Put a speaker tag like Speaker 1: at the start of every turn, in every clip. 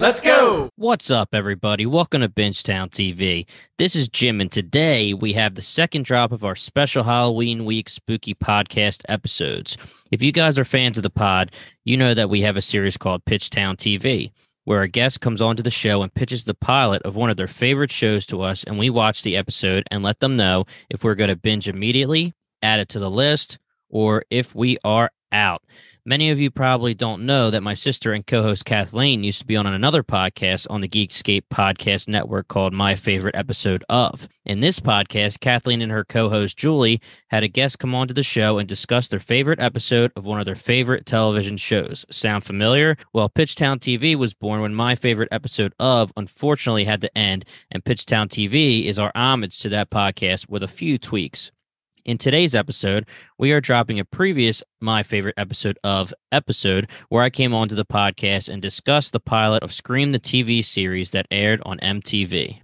Speaker 1: Let's go.
Speaker 2: What's up, everybody? Welcome to Benchtown TV. This is Jim, and today we have the second drop of our special Halloween week spooky podcast episodes. If you guys are fans of the pod, you know that we have a series called Pitchtown TV, where a guest comes onto the show and pitches the pilot of one of their favorite shows to us, and we watch the episode and let them know if we're going to binge immediately, add it to the list, or if we are out. Many of you probably don't know that my sister and co host Kathleen used to be on another podcast on the Geekscape podcast network called My Favorite Episode of. In this podcast, Kathleen and her co host Julie had a guest come onto the show and discuss their favorite episode of one of their favorite television shows. Sound familiar? Well, Pitchtown TV was born when My Favorite Episode of unfortunately had to end, and Pitchtown TV is our homage to that podcast with a few tweaks. In today's episode, we are dropping a previous my favorite episode of episode where I came onto the podcast and discussed the pilot of Scream the TV series that aired on MTV.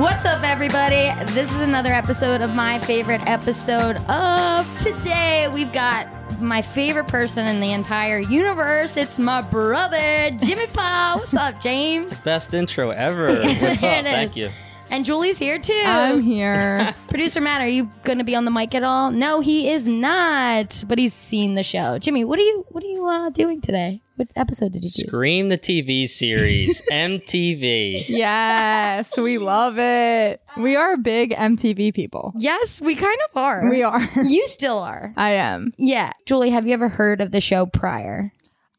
Speaker 3: What's up, everybody? This is another episode of my favorite episode of today. We've got my favorite person in the entire universe. It's my brother, Jimmy Paul. What's up, James?
Speaker 2: Best intro ever. What's up?
Speaker 3: There it
Speaker 2: Thank
Speaker 3: is.
Speaker 2: you.
Speaker 3: And Julie's here too.
Speaker 4: I'm here.
Speaker 3: Producer Matt, are you going to be on the mic at all? No, he is not. But he's seen the show. Jimmy, what are you what are you uh, doing today? What episode did you do?
Speaker 2: Scream the TV series, MTV.
Speaker 4: yes, we love it. We are big MTV people.
Speaker 3: Yes, we kind of are.
Speaker 4: We are.
Speaker 3: You still are.
Speaker 4: I am.
Speaker 3: Yeah, Julie, have you ever heard of the show prior?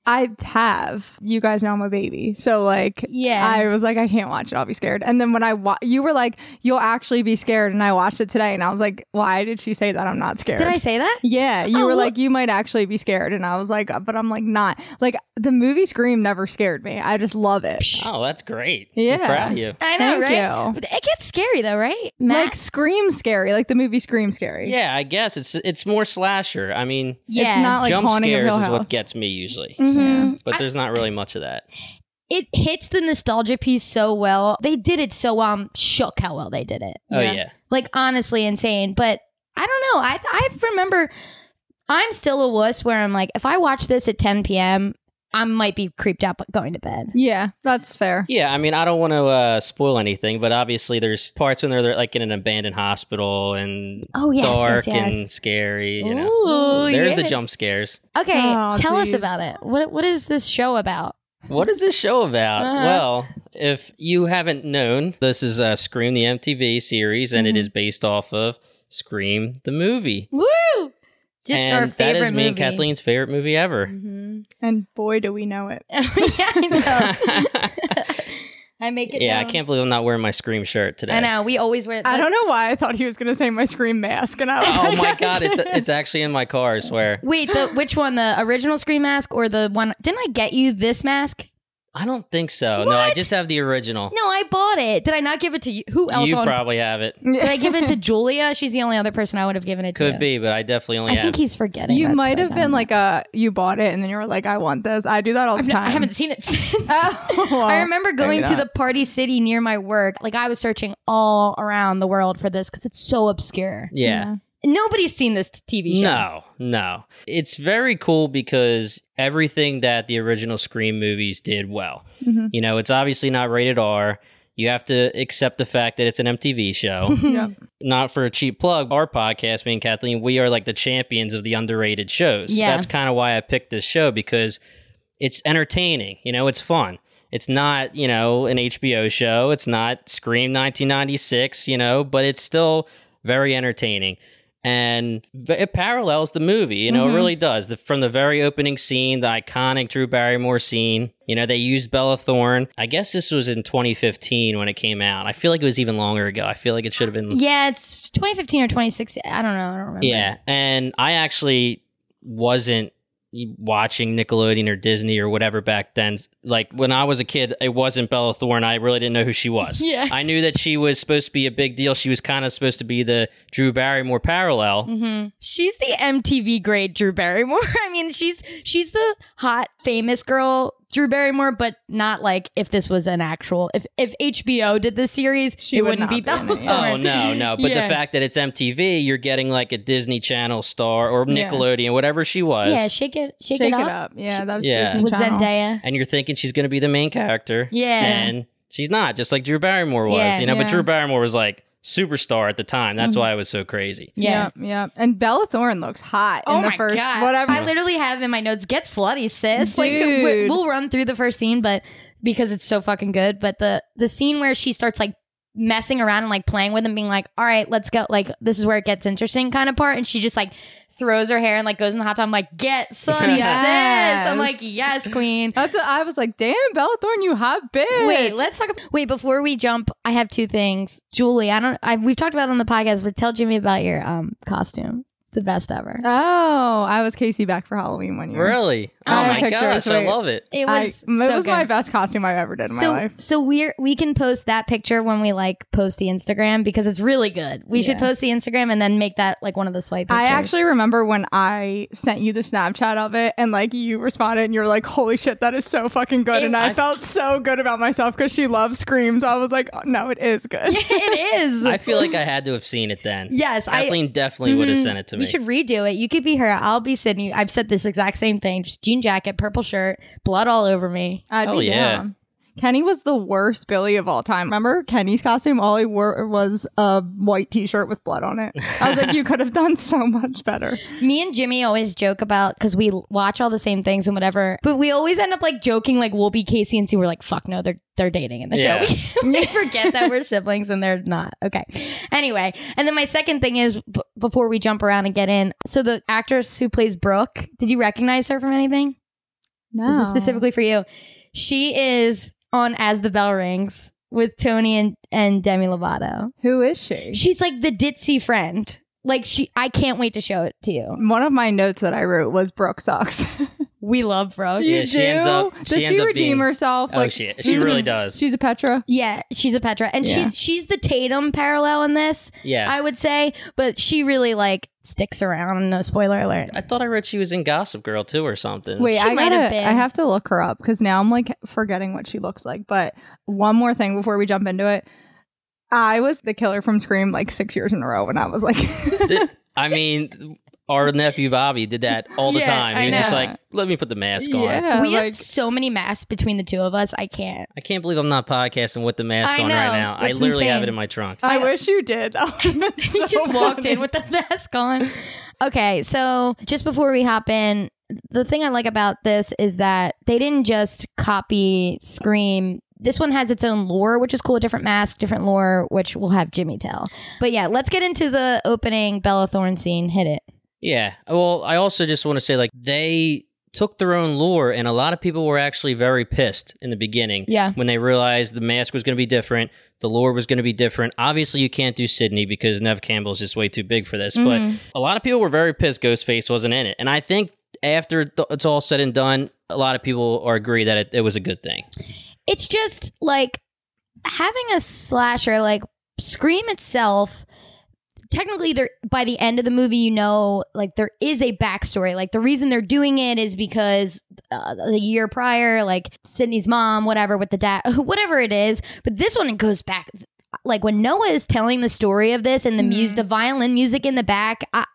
Speaker 4: I have. You guys know I'm a baby. So like
Speaker 3: Yeah.
Speaker 4: I was like I can't watch it. I'll be scared. And then when I wa- you were like you'll actually be scared and I watched it today and I was like why did she say that I'm not scared?
Speaker 3: Did I say that?
Speaker 4: yeah, you
Speaker 3: Oh,
Speaker 4: were
Speaker 3: look-
Speaker 4: like you might actually be scared and I was like but I'm like not. Like the movie Scream never scared me. I just love it.
Speaker 2: Oh, that's great. I'm
Speaker 4: Yeah.
Speaker 2: proud of you.
Speaker 3: I know,
Speaker 4: Thank
Speaker 3: right?
Speaker 4: you.
Speaker 3: But It gets scary though, right? Matt?
Speaker 4: Like Scream scary, like the movie Scream scary.
Speaker 2: Yeah, I guess it's it's more slasher. I mean,
Speaker 3: yeah.
Speaker 4: It's not like
Speaker 2: jump
Speaker 4: haunting of
Speaker 2: scares
Speaker 4: Hill
Speaker 2: is
Speaker 4: House. Mm,
Speaker 2: what gets me usually.
Speaker 3: Mhm.
Speaker 2: But there's not really much of that.
Speaker 3: It hits the nostalgia piece so well. They did it so well. I'm shook how well they did it.
Speaker 2: Oh
Speaker 4: Yeah.
Speaker 2: yeah.
Speaker 3: Like honestly insane. But I don't know. I I remember I'm still a wuss where I'm like, if I watch this at 10 p.m., I might be creeped out but going to bed.
Speaker 4: yeah, that's fair.
Speaker 2: Yeah, I mean, I don't want to uh, spoil anything, but obviously there's parts when they're, they're like in an abandoned hospital and
Speaker 3: Oh yes,
Speaker 2: dark
Speaker 3: yes, yes.
Speaker 2: and scary. You know,
Speaker 3: Ooh,
Speaker 2: there's the
Speaker 3: yeah.
Speaker 2: jump scares.
Speaker 3: Okay,
Speaker 4: Oh,
Speaker 3: tell us
Speaker 4: geez.
Speaker 3: about it. What what is this show about?
Speaker 2: What is this show about?
Speaker 3: Uh-huh.
Speaker 2: Well, if you haven't known, this is uh, Scream the MTV series, and
Speaker 3: Mm-hmm.
Speaker 2: it is based off of Scream the movie.
Speaker 3: Woo! Just
Speaker 2: and
Speaker 3: our favorite
Speaker 2: That is me
Speaker 3: movie.
Speaker 2: and Kathleen's favorite movie ever.
Speaker 3: Mhm.
Speaker 4: And boy, do we know it.
Speaker 3: yeah, I know.
Speaker 2: yeah,
Speaker 3: I make it.
Speaker 2: I
Speaker 3: known.
Speaker 2: can't believe I'm not wearing my Scream shirt today.
Speaker 3: I know. We always wear.
Speaker 4: I don't know why I thought he was going to say my scream mask, and I was
Speaker 2: Oh
Speaker 4: like,
Speaker 2: my god, it's it's actually in my car. I swear.
Speaker 3: Wait, the which one? The original scream mask or the one? Didn't I get you this mask?
Speaker 2: I don't think so. No, I
Speaker 3: What?
Speaker 2: just have the original.
Speaker 3: No, I bought it. Did I not give it to you? Who else?
Speaker 2: you
Speaker 3: on,
Speaker 2: probably have it.
Speaker 3: did I give it to Julia? She's the only other person I would have given it to.
Speaker 2: Could be, but I definitely only
Speaker 3: I
Speaker 2: have.
Speaker 3: think he's forgetting.
Speaker 4: you
Speaker 3: That's
Speaker 4: might
Speaker 3: so
Speaker 4: have
Speaker 3: dumb.
Speaker 4: been like a you bought it, and then you were like, I want this. I do that all the
Speaker 3: I've not-
Speaker 4: time.
Speaker 3: I haven't seen it since.
Speaker 4: Oh, well,
Speaker 3: I remember going to
Speaker 4: maybe
Speaker 3: the
Speaker 4: not.
Speaker 3: party city near my work. Like I was searching all around the world for this because it's so obscure.
Speaker 2: yeah.
Speaker 3: Nobody's seen this TV show.
Speaker 2: No, no. It's very cool because everything that the original Scream movies did well.
Speaker 3: Mm-hmm.
Speaker 4: Mhm.
Speaker 2: You know, it's obviously not rated R. You have to accept the fact that it's an MTV show.
Speaker 4: Yeah.
Speaker 2: not for a cheap plug, our podcast, me and Kathleen, we are like the champions of the underrated shows.
Speaker 3: Yeah.
Speaker 2: That's kind of why I picked this show because it's entertaining. You know, it's fun. It's not, you know, an HBO show. It's not Scream 1996, you know, but it's still very entertaining. And v- it parallels the movie, you know, it
Speaker 3: Mhm.
Speaker 2: really does. The, from the very opening scene, the iconic Drew Barrymore scene, you know, they used Bella Thorne. I guess this was in 2015 when it came out. I feel like it was even longer ago. I feel like it should have been
Speaker 3: Yeah, it's 2015 or 2016. I don't know. I don't remember.
Speaker 2: yeah, and I actually wasn't e, watching Nickelodeon or Disney or whatever back then. Like when I was a kid, it wasn't Bella Thorne. I really didn't know who she was.
Speaker 3: Yeah.
Speaker 2: I knew that she was supposed to be a big deal. She was kind of supposed to be the Drew Barrymore parallel.
Speaker 3: Mm-hmm. She's the MTV grade Drew Barrymore. I mean, she's she's the hot famous girl Drew Barrymore, but not like if this was an actual if if HBO did this series,
Speaker 4: She
Speaker 3: it
Speaker 4: would
Speaker 3: wouldn't
Speaker 4: not
Speaker 3: be
Speaker 4: be in
Speaker 3: Bella.
Speaker 4: it, yeah.
Speaker 2: Oh no, no! But
Speaker 3: Yeah.
Speaker 2: the fact that it's MTV, you're getting like a Disney Channel star or
Speaker 4: Yeah.
Speaker 2: Nickelodeon, whatever she was.
Speaker 3: yeah, shake it, shake, it,
Speaker 4: Shake
Speaker 3: up
Speaker 4: Yeah, that was
Speaker 2: Yeah.
Speaker 4: Disney
Speaker 3: with
Speaker 4: Channel.
Speaker 3: Zendaya.
Speaker 2: and you're thinking she's going to be the main character.
Speaker 3: Yeah.
Speaker 2: And she's not, just like Drew Barrymore was,
Speaker 3: Yeah. Mm-hmm.
Speaker 2: you know. But
Speaker 4: Yeah.
Speaker 2: Drew Barrymore was like superstar at the time. That's why it was so crazy.
Speaker 3: Yeah.
Speaker 4: Yep, yep. And Bella Thorne looks hot in the first whatever.
Speaker 3: Oh I literally have in my notes, get slutty, sis. Like
Speaker 4: Dude.
Speaker 3: we- we'll run through the first scene, but because it's so fucking good. But the the scene where she starts like messing around and like playing with him, being like, "All right, let's go." Like this is where it gets interesting, kind of part. And she just like throws her hair and like goes in the hot tub. I'm like, get slutty, sis. I'm like, yes, queen.
Speaker 4: That's what I was like. Damn, Bella Thorne, you hot bitch.
Speaker 3: Wait, let's talk. About, wait, before we jump, I have two things, Julie. I don't. I, we've talked about it on the podcast, but tell Jimmy about your um costume, the best ever.
Speaker 4: Oh, I was Casey back for Halloween one year.
Speaker 2: Really? Oh
Speaker 4: I
Speaker 2: my
Speaker 4: picture
Speaker 2: gosh,
Speaker 4: it's
Speaker 2: I
Speaker 4: right.
Speaker 2: love it.
Speaker 3: It
Speaker 4: I-
Speaker 3: was.
Speaker 4: it
Speaker 3: so
Speaker 4: was
Speaker 3: good.
Speaker 4: my best costume I've ever done in
Speaker 3: so,
Speaker 4: my life.
Speaker 3: So we're we can post that picture when we like post the Instagram because it's really good. We should
Speaker 4: Yeah.
Speaker 3: post the Instagram and then make that like one of the swipe.
Speaker 4: I
Speaker 3: pictures.
Speaker 4: actually remember when I sent you the Snapchat of it and like you responded and you were like, holy shit, that is so fucking good.
Speaker 3: It-
Speaker 4: and I,
Speaker 2: I-
Speaker 4: felt so good about myself because she loves screams. I was like, oh, no, it is good.
Speaker 3: it is.
Speaker 2: I feel like I had to have seen it then.
Speaker 3: yes, I.
Speaker 2: Kathleen definitely would have
Speaker 3: Mhm.
Speaker 2: sent it to me.
Speaker 3: We should redo it. You could be her. I'll be Sydney. I've said this exact same thing. Just jean jacket, purple shirt, blood all over me.
Speaker 4: I'd
Speaker 2: Hell
Speaker 4: be
Speaker 2: yeah.
Speaker 4: down. Kenny was the worst Billy of all time. Remember Kenny's costume? All he wore was a white t shirt with blood on it. I was like, you could have done so much better.
Speaker 3: Me and Jimmy always joke about because we l- watch all the same things and whatever, but we always end up like joking, like we'll be Casey and C. We're like, fuck no, they're they're dating in the
Speaker 2: Yeah.
Speaker 3: show. We, we forget that we're siblings and they're not. Okay. Anyway, and then my second thing is b- before we jump around and get in, so the actress who plays Brooke, did you recognize her from anything?
Speaker 4: No.
Speaker 3: This is specifically for you. She is on As the Bell Rings with Tony and, and Demi Lovato.
Speaker 4: Who is she?
Speaker 3: She's like the ditzy friend. Like she, I can't wait to show it to you.
Speaker 4: One of my notes that I wrote was Brooke sucks.
Speaker 3: We love Brooke.
Speaker 2: Yeah, she ends up-
Speaker 4: Does
Speaker 2: she
Speaker 4: she
Speaker 2: ends up
Speaker 4: redeem
Speaker 2: being-
Speaker 4: herself?
Speaker 2: oh shit, she really does.
Speaker 4: She's a Petra.
Speaker 3: Yeah, she's a Petra, and
Speaker 4: Yeah.
Speaker 3: she's she's the Tatum parallel in this,
Speaker 2: yeah.
Speaker 3: I would say. But she really like sticks around. No spoiler alert.
Speaker 2: I, thought I read she was in Gossip Girl too or something.
Speaker 4: Wait,
Speaker 3: She
Speaker 4: I
Speaker 3: might
Speaker 4: gotta,
Speaker 3: have been.
Speaker 4: I have to look her up because now I'm like forgetting what she looks like. But one more thing before we jump into it, I was the killer from Scream like six years in a row when I was like,
Speaker 2: Th- I mean, our nephew Bobby did that all the
Speaker 3: Yeah,
Speaker 2: time. He
Speaker 3: I
Speaker 2: was just
Speaker 4: know.
Speaker 2: like, let me put the mask on.
Speaker 4: yeah,
Speaker 3: we
Speaker 4: like,
Speaker 3: have so many masks between the two of us. I can't.
Speaker 2: I can't believe I'm not podcasting with the mask
Speaker 3: I
Speaker 2: on right
Speaker 3: know.
Speaker 2: now. I
Speaker 3: It's
Speaker 2: literally have
Speaker 3: insane.
Speaker 2: it in my trunk.
Speaker 4: I,
Speaker 3: I-
Speaker 4: wish you did. That would've been
Speaker 3: He
Speaker 4: so
Speaker 3: just walked
Speaker 4: funny.
Speaker 3: in with the mask on. Okay, so just before we hop in, the thing I like about this is that they didn't just copy Scream. This one has its own lore, which is cool. Different mask, different lore, which we'll have Jimmy tell. But yeah, let's get into the opening Bella Thorne scene. Hit it.
Speaker 2: Yeah. Well, I also just want to say like they took their own lore and a lot of people were actually very pissed in the beginning
Speaker 3: Yeah.
Speaker 2: when they realized the mask was going to be different, the lore was going to be different. Obviously, you can't do Sydney because Nev Campbell's just way too big for this,
Speaker 4: Mm-hmm.
Speaker 3: Mhm.
Speaker 2: but a lot of people were very pissed Ghostface wasn't in it. And I think after th- it's all said and done, a lot of people are agree that it, it was a good thing.
Speaker 3: It's just like having a slasher, like Scream itself. Technically, there by the end of the movie, you know, like there is a backstory. Like the reason they're doing it is because uh, the year prior, like Sydney's mom, whatever, with the dad, whatever it is. But this one it goes back. Like when Noah is telling the story of this and the muse,
Speaker 4: Mhm.
Speaker 3: the violin music in the back. I,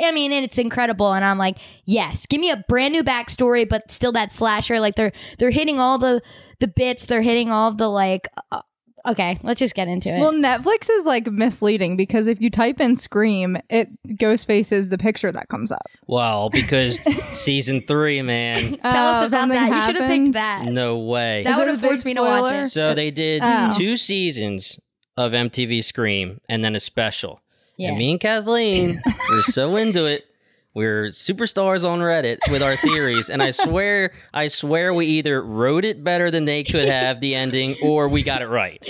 Speaker 3: I mean, and it's incredible. And I'm like, yes, give me a brand new backstory, but still that slasher. Like they're they're hitting all the the bits. They're hitting all of the like. Uh, okay, let's just get into it.
Speaker 4: Well, Netflix is like misleading because if you type in Scream, it Ghostface is the picture that comes up.
Speaker 2: Well, because season three, man,
Speaker 3: Tell
Speaker 4: Oh,
Speaker 3: us about
Speaker 4: something
Speaker 3: that. You should have picked
Speaker 4: happens?
Speaker 3: that.
Speaker 2: no way.
Speaker 3: That
Speaker 4: Is it
Speaker 3: would
Speaker 4: a
Speaker 3: have
Speaker 4: big
Speaker 3: forced me to watch
Speaker 4: spoiler?
Speaker 3: it.
Speaker 2: So they did
Speaker 4: Oh.
Speaker 2: two seasons of MTV Scream and then a special.
Speaker 3: Yeah.
Speaker 2: And me and Kathleen were so into it. We're superstars on Reddit with our theories, and I swear, I swear, we either wrote it better than they could have the ending, or we got it right.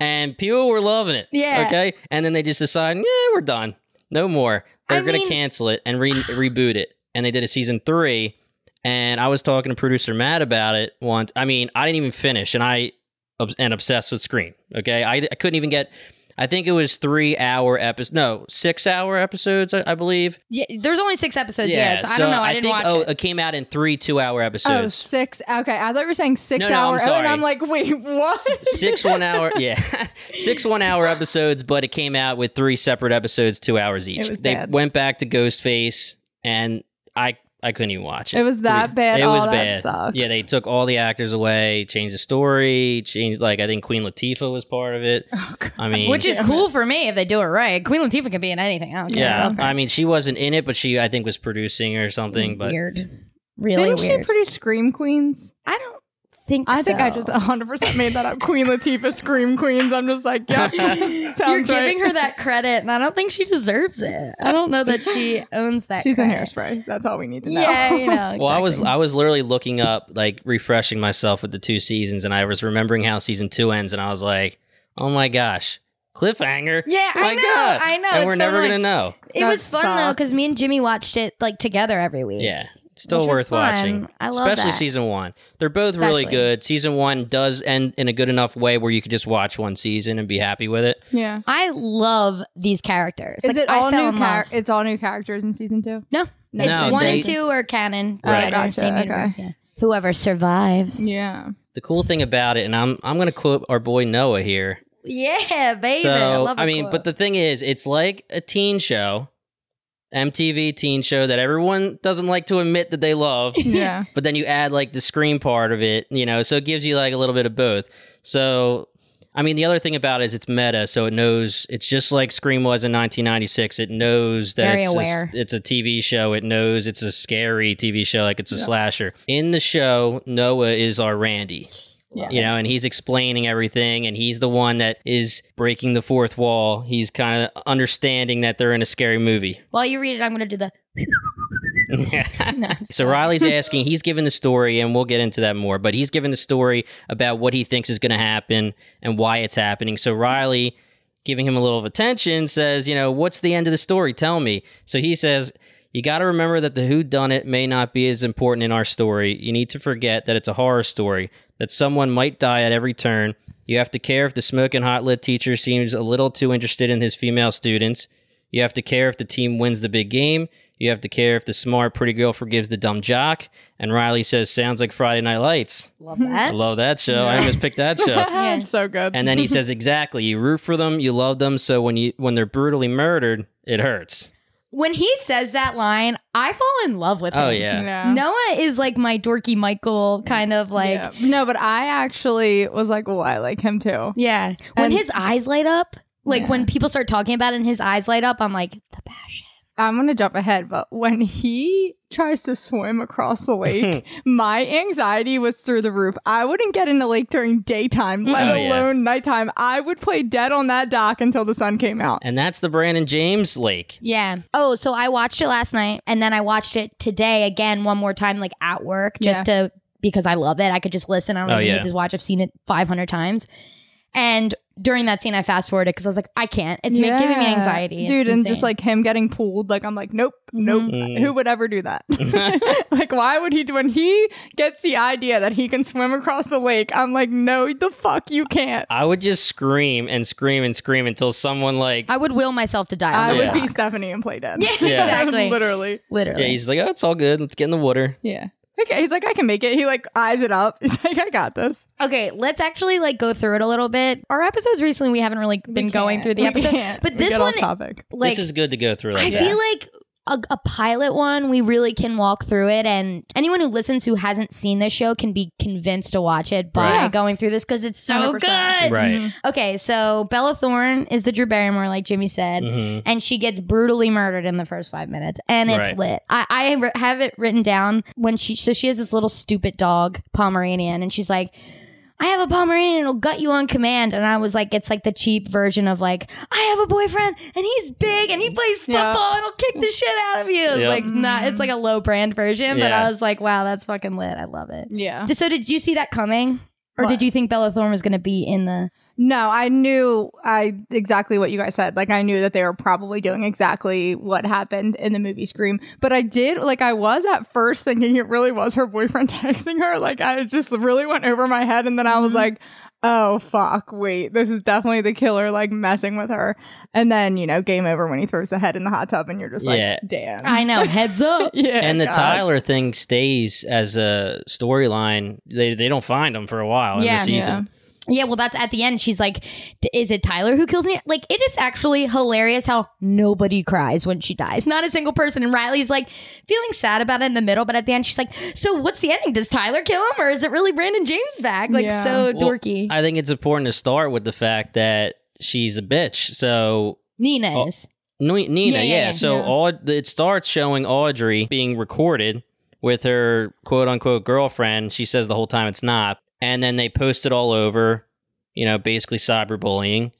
Speaker 2: And people were loving it.
Speaker 3: Yeah.
Speaker 2: Okay. And then they just decided, yeah, we're done. No more. They're
Speaker 3: I
Speaker 2: gonna
Speaker 3: mean-
Speaker 2: cancel it and re- reboot it. And they did a season three. And I was talking to producer Matt about it once. I mean, I didn't even finish, and I obs- and obsessed with Scream. Okay, I, I couldn't even get. I think it was three hour episodes. No, six hour episodes, I, I believe.
Speaker 3: Yeah, there's only six episodes. Yeah, so, I don't know. I, didn't
Speaker 2: think,
Speaker 3: watch
Speaker 2: oh,
Speaker 3: it.
Speaker 2: came out in three two hour
Speaker 4: Oh,
Speaker 2: episodes.
Speaker 4: six. Okay, I thought you were saying six
Speaker 2: No, no, I'm
Speaker 4: hour. oh,
Speaker 2: sorry.
Speaker 4: and I'm like, wait, what?
Speaker 2: six one hour yeah six one hour episodes but it came out with three separate episodes two hours each
Speaker 4: It was
Speaker 2: they
Speaker 4: bad.
Speaker 2: went back to ghostface and i i couldn't even watch it
Speaker 4: It was that bad.
Speaker 2: it
Speaker 4: oh,
Speaker 2: was
Speaker 4: that
Speaker 2: bad
Speaker 4: sucks.
Speaker 2: yeah they took all the actors away changed the story changed like i think queen latifah was part of it
Speaker 4: Oh, God.
Speaker 2: uh, i mean
Speaker 3: Which is cool for me if they do it right. Queen Latifah can be in anything. I don't care.
Speaker 2: yeah
Speaker 3: Okay.
Speaker 2: i mean she wasn't in it but she i think was producing or something but
Speaker 3: weird. Really
Speaker 4: Didn't
Speaker 3: weird.
Speaker 4: she produce Scream Queens?
Speaker 3: I don't think.
Speaker 4: I think I
Speaker 3: so.
Speaker 4: just oh, 100% made that up. Queen Latifah Scream Queens. I'm just like, yeah, sounds
Speaker 3: You're
Speaker 4: right.
Speaker 3: giving her that credit, and I don't think she deserves it. I don't know that she owns that.
Speaker 4: She's in
Speaker 3: credit.
Speaker 4: hairspray. That's all we need to know.
Speaker 3: Yeah, you know.
Speaker 2: Well, I was
Speaker 3: exactly.
Speaker 2: I was literally looking up, like refreshing myself with the two seasons, and I was remembering how season two ends, and I was like, "Oh my gosh, cliffhanger!"
Speaker 3: Yeah,
Speaker 2: Oh
Speaker 3: I
Speaker 2: my
Speaker 3: know,
Speaker 2: God.
Speaker 3: I know,
Speaker 2: And
Speaker 3: it's
Speaker 2: we're
Speaker 3: so
Speaker 2: never gonna
Speaker 3: annoying.
Speaker 2: know.
Speaker 3: It
Speaker 4: That
Speaker 3: was fun though because me
Speaker 4: sucks.
Speaker 3: and Jimmy watched it like together every week.
Speaker 2: Yeah, it's
Speaker 3: Which
Speaker 2: still
Speaker 3: was
Speaker 2: worth watching.
Speaker 3: fun. I love
Speaker 2: especially
Speaker 3: that.
Speaker 2: season one. They're both really
Speaker 3: Especially.
Speaker 2: good. Season one does end in a good enough way where you could just watch one season and be happy with it.
Speaker 4: Yeah.
Speaker 3: I love these characters.
Speaker 4: Is
Speaker 3: Like,
Speaker 4: it
Speaker 3: I
Speaker 4: all
Speaker 3: fell
Speaker 4: new
Speaker 3: in
Speaker 4: char-
Speaker 3: love.
Speaker 4: It's all new characters in season two?
Speaker 3: No.
Speaker 4: No,
Speaker 3: It's
Speaker 2: No,
Speaker 3: one
Speaker 2: they-
Speaker 3: and two are canon.
Speaker 2: Right.
Speaker 3: together,
Speaker 4: Gotcha,
Speaker 3: same
Speaker 4: okay.
Speaker 3: universe, yeah. Whoever survives.
Speaker 4: Yeah.
Speaker 2: The cool thing about it, and I'm I'm gonna quote our boy Noah here.
Speaker 3: Yeah, baby.
Speaker 2: So
Speaker 3: I love. a
Speaker 2: mean,
Speaker 3: quote.
Speaker 2: but the thing is, it's like a teen show, MTV teen show that everyone doesn't like to admit that they love,
Speaker 4: Yeah.
Speaker 2: but then you add like the screen part of it, you know, so it gives you like a little bit of both. So. I mean, the other thing about it is it's meta, so it knows it's just like Scream was in 1996. It knows that
Speaker 3: Very
Speaker 2: it's,
Speaker 3: aware.
Speaker 2: A, it's a TV show. It knows it's a scary TV show, like it's a slasher. In the show, Noah is our Randy you know, and he's explaining everything, and he's the one that is breaking the fourth wall. He's kind of understanding that they're in a scary movie.
Speaker 3: while you read it, I'm gonna do the. No, I'm
Speaker 2: so
Speaker 3: sorry.
Speaker 2: Riley's asking, he's given the story, and we'll get into that more, but he's given the story about what he thinks is going to happen and why it's happening. So Riley, giving him a little of attention, says, you know, what's the end of the story? Tell me. So he says, you got to remember that the who done it may not be as important in our story. You need to forget that it's a horror story, that someone might die at every turn. You have to care if the smoking hot lit teacher seems a little too interested in his female students. You have to care if the team wins the big game. You have to care if the smart pretty girl forgives the dumb jock. And Riley says, "Sounds like Friday Night Lights."
Speaker 3: Love that.
Speaker 2: I love that show. I almost picked that show.
Speaker 3: Yeah.
Speaker 4: It's so good.
Speaker 2: And then he says, "Exactly. You root for them. You love them. So when you when they're brutally murdered, it hurts."
Speaker 3: when he says that line, I fall in love with him.
Speaker 2: Oh yeah.
Speaker 4: yeah.
Speaker 3: Noah is like my dorky Michael kind of like
Speaker 4: Yeah. No, but I actually was like, oh, I like him too.
Speaker 3: yeah. When
Speaker 4: And-
Speaker 3: his eyes light up, like
Speaker 4: Yeah.
Speaker 3: when people start talking about it and his eyes light up, I'm like the passion.
Speaker 4: I'm gonna jump ahead, but when he tries to swim across the lake, my anxiety was through the roof. I wouldn't get in the lake during daytime,
Speaker 3: Mm.
Speaker 4: let
Speaker 2: Oh, yeah.
Speaker 4: alone nighttime. I would play dead on that dock until the sun came out.
Speaker 2: And that's the Brandon James Lake.
Speaker 3: Yeah. Oh, so I watched it last night and then I watched it today again one more time like at work just to because I love it. I could just listen. I don't
Speaker 2: Oh,
Speaker 3: even
Speaker 2: yeah.
Speaker 3: need to watch. I've seen it 500 times. And during that scene, I fast forwarded because I was like, I can't. It's ma- giving me
Speaker 4: Yeah.
Speaker 3: anxiety, It's
Speaker 4: dude. And just
Speaker 3: insane.
Speaker 4: like him getting pulled, like I'm like, nope, nope.
Speaker 2: Mhm.
Speaker 4: Who would ever do that? like, why would he? do When he gets the idea that he can swim across the lake, I'm like, no, the fuck, you can't.
Speaker 2: I would just scream and scream and scream until someone like,
Speaker 3: I would will myself to die. on
Speaker 4: I
Speaker 3: that
Speaker 4: would
Speaker 2: Yeah.
Speaker 3: dock.
Speaker 4: be Stephanie and play dead.
Speaker 3: Yeah, exactly.
Speaker 4: literally.
Speaker 3: Literally.
Speaker 2: yeah, he's like, "Oh, it's all good. Let's get in the water."
Speaker 4: Yeah. Okay, he's like, I can make it. He like eyes it up. He's like, I got this.
Speaker 3: Okay, let's actually like go through it a little bit. Our episodes recently we haven't really been going through the episode, but this one
Speaker 4: topic.
Speaker 3: like
Speaker 2: this is good to go through.
Speaker 3: I
Speaker 2: Like that.
Speaker 3: feel like a, a pilot one we really can walk through it and anyone who listens who hasn't seen this show can be convinced to watch it by
Speaker 4: Right.
Speaker 3: going through this because it's so
Speaker 4: 100%.
Speaker 3: good.
Speaker 2: right.
Speaker 3: Okay, so Bella Thorne is the Drew Barrymore, like Jimmy said.
Speaker 2: hmm
Speaker 3: and she gets brutally murdered in the first five minutes and it's
Speaker 2: Right.
Speaker 3: lit i, I re- have it written down when she so she has this little stupid dog pomeranian and she's like I have a Pomeranian, it'll gut you on command. And I was like, it's like the cheap version of like, I have a boyfriend and he's big and he plays
Speaker 4: Yeah.
Speaker 3: football and he'll kick the shit out of you. It's
Speaker 2: Yep.
Speaker 3: like not it's like a low brand version, but
Speaker 2: Yeah.
Speaker 3: I was like, wow, that's fucking lit. I love it.
Speaker 4: Yeah.
Speaker 3: So did you see that coming? Or
Speaker 4: What?
Speaker 3: did you think Bella Thorne was gonna be in the
Speaker 4: No, I knew I exactly what you guys said. Like I knew that they were probably doing exactly what happened in the movie Scream. But I did like I was at first
Speaker 3: Mm-hmm.
Speaker 4: thinking it really was her boyfriend texting her. Like I just really went over my head and then I was like, oh fuck, wait, this is definitely the killer like messing with her. And then, you know, game over when he throws the head in the hot tub and you're just
Speaker 2: Yeah.
Speaker 4: like, damn.
Speaker 3: I know. Heads up.
Speaker 4: yeah.
Speaker 2: and the
Speaker 4: God.
Speaker 2: Tyler thing stays as a storyline. They they don't find him for a while in
Speaker 3: Yeah,
Speaker 2: the season.
Speaker 3: Yeah, well, that's at the end. She's like, D- "Is it Tyler who kills me?" Like, it is actually hilarious how nobody cries when she dies. Not a single person. And Riley's like feeling sad about it in the middle, but at the end, she's like, "So what's the ending? Does Tyler kill him, or is it really Brandon James back?" Like,
Speaker 4: Yeah.
Speaker 3: so
Speaker 2: Well,
Speaker 3: dorky.
Speaker 2: I think it's important to start with the fact that she's a bitch. So
Speaker 3: Nina
Speaker 2: Oh,
Speaker 3: is.
Speaker 2: Ni- Nina, yeah.
Speaker 3: Yeah, yeah, yeah.
Speaker 2: So
Speaker 4: Yeah.
Speaker 2: Aud- it starts showing Audrey being recorded with her quote unquote girlfriend. She says the whole time it's not. And then they post it all over, you know, basically cyberbullying.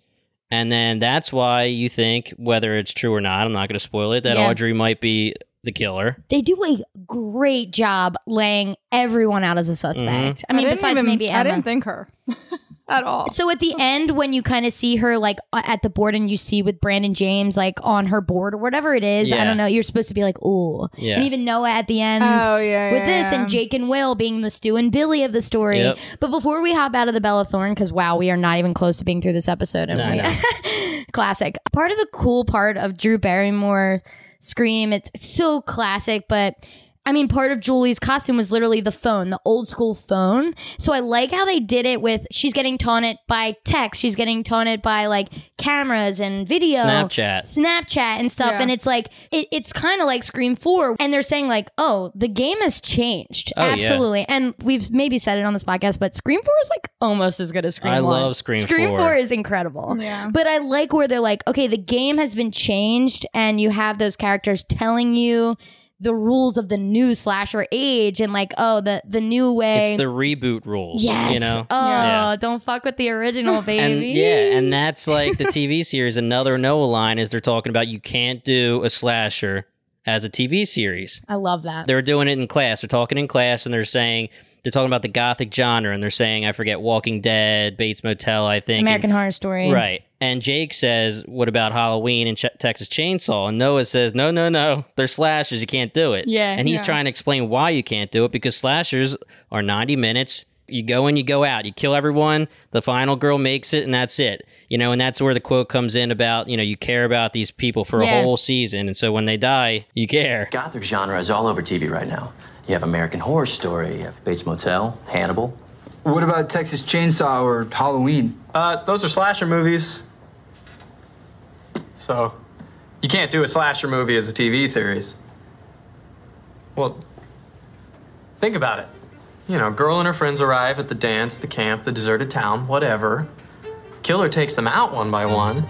Speaker 2: And then that's why you think, whether it's true or not, I'm not going to spoil it, that
Speaker 3: Yeah.
Speaker 2: Audrey might be the killer.
Speaker 3: They do a great job laying everyone out as a
Speaker 2: Mm-hmm.
Speaker 3: suspect. I mean,
Speaker 4: didn't
Speaker 3: besides
Speaker 4: even-
Speaker 3: maybe Emma.
Speaker 4: I didn't think her at all.
Speaker 3: So at the end, when you kind of see her like uh, at the board and you see with Brandon James like on her board or whatever it is, I
Speaker 2: Yeah.
Speaker 3: don't know, you're supposed to be like, ooh.
Speaker 2: Yeah.
Speaker 3: And even Noah at the end
Speaker 4: oh yeah.
Speaker 3: with
Speaker 4: yeah,
Speaker 3: this
Speaker 4: yeah.
Speaker 3: and Jake and Will being the Stu and Billy of the story.
Speaker 2: Yep.
Speaker 3: But before we hop out of the Bella Thorne, because wow, we are not even close to being through this episode. And
Speaker 2: No, I
Speaker 3: we, classic. Part of the cool part of Drew Barrymore Scream, it's, it's so classic, but. I mean, part of Julie's costume was literally the phone, the old school phone. So I like how they did it with she's getting taunted by text, she's getting taunted by like cameras and video.
Speaker 2: Snapchat.
Speaker 3: Snapchat and stuff.
Speaker 4: Yeah.
Speaker 3: And it's like, it, it's kind of like Scream 4. And they're saying, like, oh, the game has changed.
Speaker 2: Oh, yeah.
Speaker 3: Absolutely. And we've maybe said it on this podcast, but Scream 4 is like almost as good as Scream
Speaker 2: I
Speaker 3: 1.
Speaker 2: love Scream 4.
Speaker 3: is incredible.
Speaker 4: Yeah.
Speaker 3: But I like where they're like, okay, the game has been changed, and you have those characters telling you the rules of the new slasher age and like, oh, the, the new way.
Speaker 2: It's the reboot rules.
Speaker 3: yes.
Speaker 2: You know?
Speaker 3: Oh,
Speaker 2: Yeah.
Speaker 3: don't fuck with the original,
Speaker 2: And
Speaker 3: baby.
Speaker 2: yeah, and that's like the TV series. Another Noah line is they're talking about you can't do a slasher as a TV series.
Speaker 3: I love that.
Speaker 2: They're doing it in class. They're talking in class and they're saying they're talking about the gothic genre and they're saying I forget Walking Dead, Bates Motel, I think.
Speaker 3: American
Speaker 2: and-
Speaker 3: Horror Story.
Speaker 2: Right. And Jake says, "What about Halloween and Ch- Texas Chainsaw?" And Noah says, "No, no, no. They're slashers. You can't do it."
Speaker 3: Yeah.
Speaker 2: And he's
Speaker 4: Yeah.
Speaker 2: trying to explain why you can't do it because slashers are 90 minutes. You go in, you go out, you kill everyone. The final girl makes it, and that's it. You know, and that's where the quote comes in about you know you care about these people for
Speaker 3: Yeah.
Speaker 2: a whole season, and so when they die, you care.
Speaker 1: Gothic genre is all over TV right now. You have American Horror Story, you have Bates Motel, Hannibal.
Speaker 5: What about Texas Chainsaw or Halloween?
Speaker 6: Uh, those are slasher movies. So, you can't do a slasher movie as a TV series. Well, think about it. You know, girl and her friends arrive at the dance, the camp, the deserted town, whatever. Killer takes them out one by one.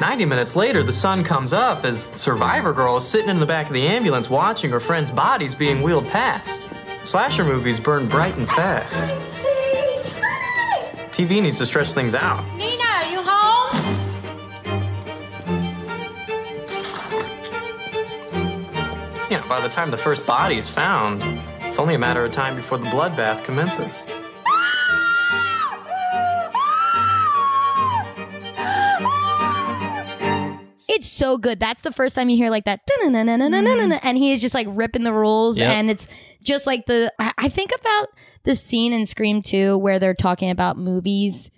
Speaker 6: 90 minutes later, the sun comes up as the survivor girl is sitting in the back of the ambulance watching her friend's bodies being wheeled past. Slasher movies burn bright and fast. TV needs to stretch things out.
Speaker 7: Nina, are you home?
Speaker 6: You know, by the time the first body is found, it's only a matter of time before the bloodbath commences.
Speaker 3: It's so good. That's the first time you hear like that, "Dun-dun-dun-dun-dun-dun-dun," and he is just like ripping the rules,
Speaker 2: Mm-hmm. Yep.
Speaker 3: and it's just like the. I I think about the scene in Scream Two where they're talking about movies,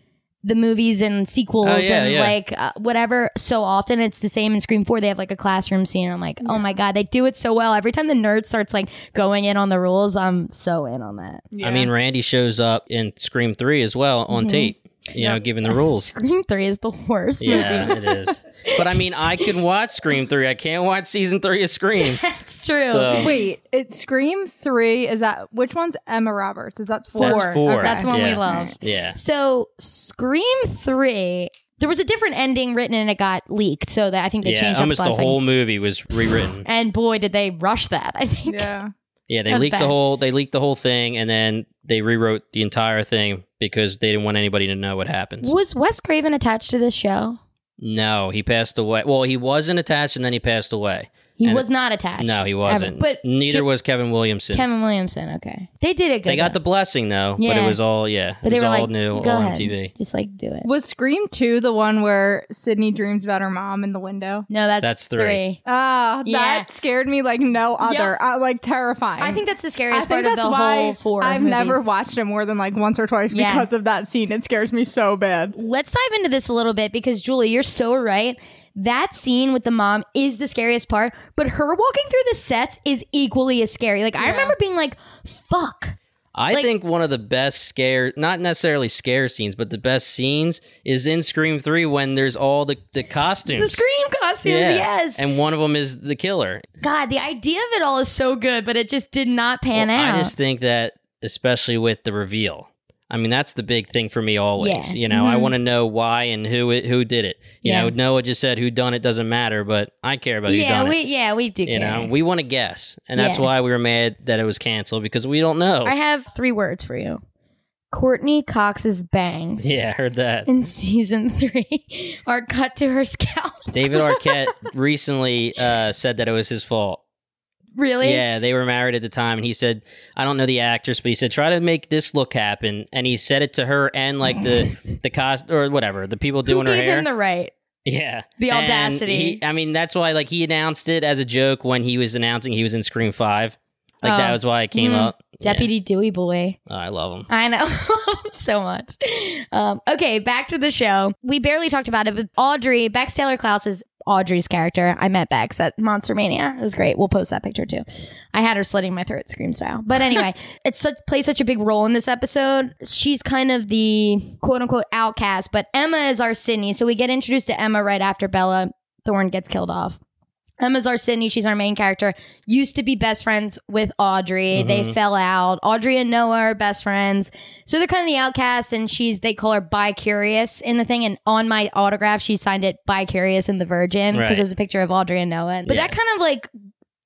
Speaker 3: the movies and sequels
Speaker 2: Oh, yeah,
Speaker 3: and
Speaker 2: yeah.
Speaker 3: like uh, whatever. So often it's the same in Scream Four. They have like a classroom scene. I'm like, oh my god, they do it so well. Every time the nerd starts like going in on the rules, I'm so in on that.
Speaker 2: I mean, Randy shows up in Scream Three as well on tape. You know, given the rules.
Speaker 3: Scream Three is the worst movie.
Speaker 2: Yeah, it is. But I mean, I can watch Scream three. I can't watch season three of Scream.
Speaker 3: That's true.
Speaker 2: So
Speaker 4: Wait, it's Scream three. Is that which one's Emma Roberts? Is that four?
Speaker 2: That's four.
Speaker 4: Okay.
Speaker 3: That's the one we
Speaker 2: Yeah.
Speaker 3: love.
Speaker 2: yeah,
Speaker 3: So Scream Three, there was a different ending written and it got leaked, so that I think they
Speaker 2: yeah.
Speaker 3: changed up
Speaker 2: Almost
Speaker 3: the
Speaker 2: the
Speaker 3: last
Speaker 2: whole
Speaker 3: second.
Speaker 2: movie was rewritten.
Speaker 3: And boy, did they rush that! I think.
Speaker 4: Yeah.
Speaker 2: Yeah, they
Speaker 3: That's
Speaker 2: leaked
Speaker 3: bad.
Speaker 2: the whole. They leaked the whole thing, and then they rewrote the entire thing because they didn't want anybody to know what happens.
Speaker 3: Was Wes Craven attached to this show?
Speaker 2: No, he passed away. Well, he wasn't attached, and then he passed away.
Speaker 3: He
Speaker 2: And-
Speaker 3: was not attached.
Speaker 2: No, he
Speaker 3: ever.
Speaker 2: wasn't.
Speaker 3: But
Speaker 2: neither
Speaker 3: J-
Speaker 2: was Kevin Williamson.
Speaker 3: Kevin Williamson. Okay, they did it good.
Speaker 2: they got the
Speaker 3: though.
Speaker 2: blessing though, but
Speaker 3: Yeah.
Speaker 2: it was all yeah,
Speaker 3: But
Speaker 2: it
Speaker 3: they
Speaker 2: was
Speaker 3: were
Speaker 2: all
Speaker 3: like,
Speaker 2: new,
Speaker 3: go
Speaker 2: all
Speaker 3: ahead.
Speaker 2: on TV.
Speaker 3: Just like do it.
Speaker 4: Was Scream 2 the one where Sydney dreams about her mom in the window?
Speaker 3: No, that's,
Speaker 2: That's three.
Speaker 3: three.
Speaker 4: Ah,
Speaker 3: Yeah.
Speaker 4: that scared me like no other. I, like terrifying.
Speaker 3: I think that's the
Speaker 4: I
Speaker 3: scariest
Speaker 4: think
Speaker 3: part of
Speaker 4: that's
Speaker 3: the
Speaker 4: why
Speaker 3: whole four.
Speaker 4: I've
Speaker 3: movies.
Speaker 4: never watched it more than like once or twice
Speaker 3: Yeah.
Speaker 4: because of that scene. It scares me so bad.
Speaker 3: Let's dive into this a little bit because Julie, you're so right. That scene with the mom is the scariest part, but her walking through the sets is equally as scary. Like I remember being like, "Fuck."
Speaker 2: I
Speaker 3: Like-
Speaker 2: think one of the best scare, not necessarily scare scenes, but the best scenes is in Scream Three when there's all the the costumes.
Speaker 3: The scream costumes, yes.
Speaker 2: and one of them is the killer.
Speaker 3: God, the idea of it all is so good, but it just did not pan
Speaker 2: Well,
Speaker 3: out.
Speaker 2: I just think that, especially with the reveal. I mean, that's the big thing for me always.
Speaker 3: Yeah. Mm-hmm.
Speaker 2: You know, I want to know why and who it, who did it. You
Speaker 3: Yeah.
Speaker 2: know, Noah just said who done it doesn't matter, but I care about who
Speaker 3: yeah,
Speaker 2: done
Speaker 3: we
Speaker 2: it.
Speaker 3: yeah we do.
Speaker 2: e- You
Speaker 3: care.
Speaker 2: know, we want to guess, and that's
Speaker 3: Yeah.
Speaker 2: why we were mad that it was canceled because we don't know.
Speaker 3: I have three words for you: Courtney Cox's bangs.
Speaker 2: yeah, I heard that.
Speaker 3: In season three, are cut to her scalp.
Speaker 2: David Arquette recently uh, said that it was his fault.
Speaker 3: Really?
Speaker 2: Yeah, they were married at the time, and he said, "I don't know the actress, but he said try to make this look happen." And he said it to her and like the the cost or whatever the people
Speaker 3: Who
Speaker 2: doing her
Speaker 3: gave
Speaker 2: hair.
Speaker 3: him the right?
Speaker 2: yeah,
Speaker 3: the
Speaker 2: And
Speaker 3: audacity.
Speaker 2: he- I mean, that's why like he announced it as a joke when he was announcing he was in Scream Five. Like
Speaker 3: Oh.
Speaker 2: that was why it came
Speaker 3: Mm.
Speaker 2: up. Yeah.
Speaker 3: Deputy Dewey Boy.
Speaker 2: Oh, I love him.
Speaker 3: I know so much. Um, okay, back to the show. We barely talked about it, but Audrey, Bex Taylor Klaus is Audrey's character. I met Bex at Monster Mania. It was great. We'll post that picture too. I had her slitting my throat, scream style. But anyway, it such, plays such a big role in this episode. She's kind of the quote unquote outcast, but Emma is our Sydney. So we get introduced to Emma right after Bella Thorne gets killed off. Emma's our Sydney. She's our main character. Used to be best friends with Audrey.
Speaker 2: Mm-hmm.
Speaker 3: They fell out. Audrey and Noah are best friends. So they're kind of the outcast, and she's they call her bi curious in the thing. And on my autograph, she signed it bi curious and the Virgin because
Speaker 2: Right.
Speaker 3: it was a picture of Audrey and Noah. But
Speaker 2: Yeah.
Speaker 3: that kind of like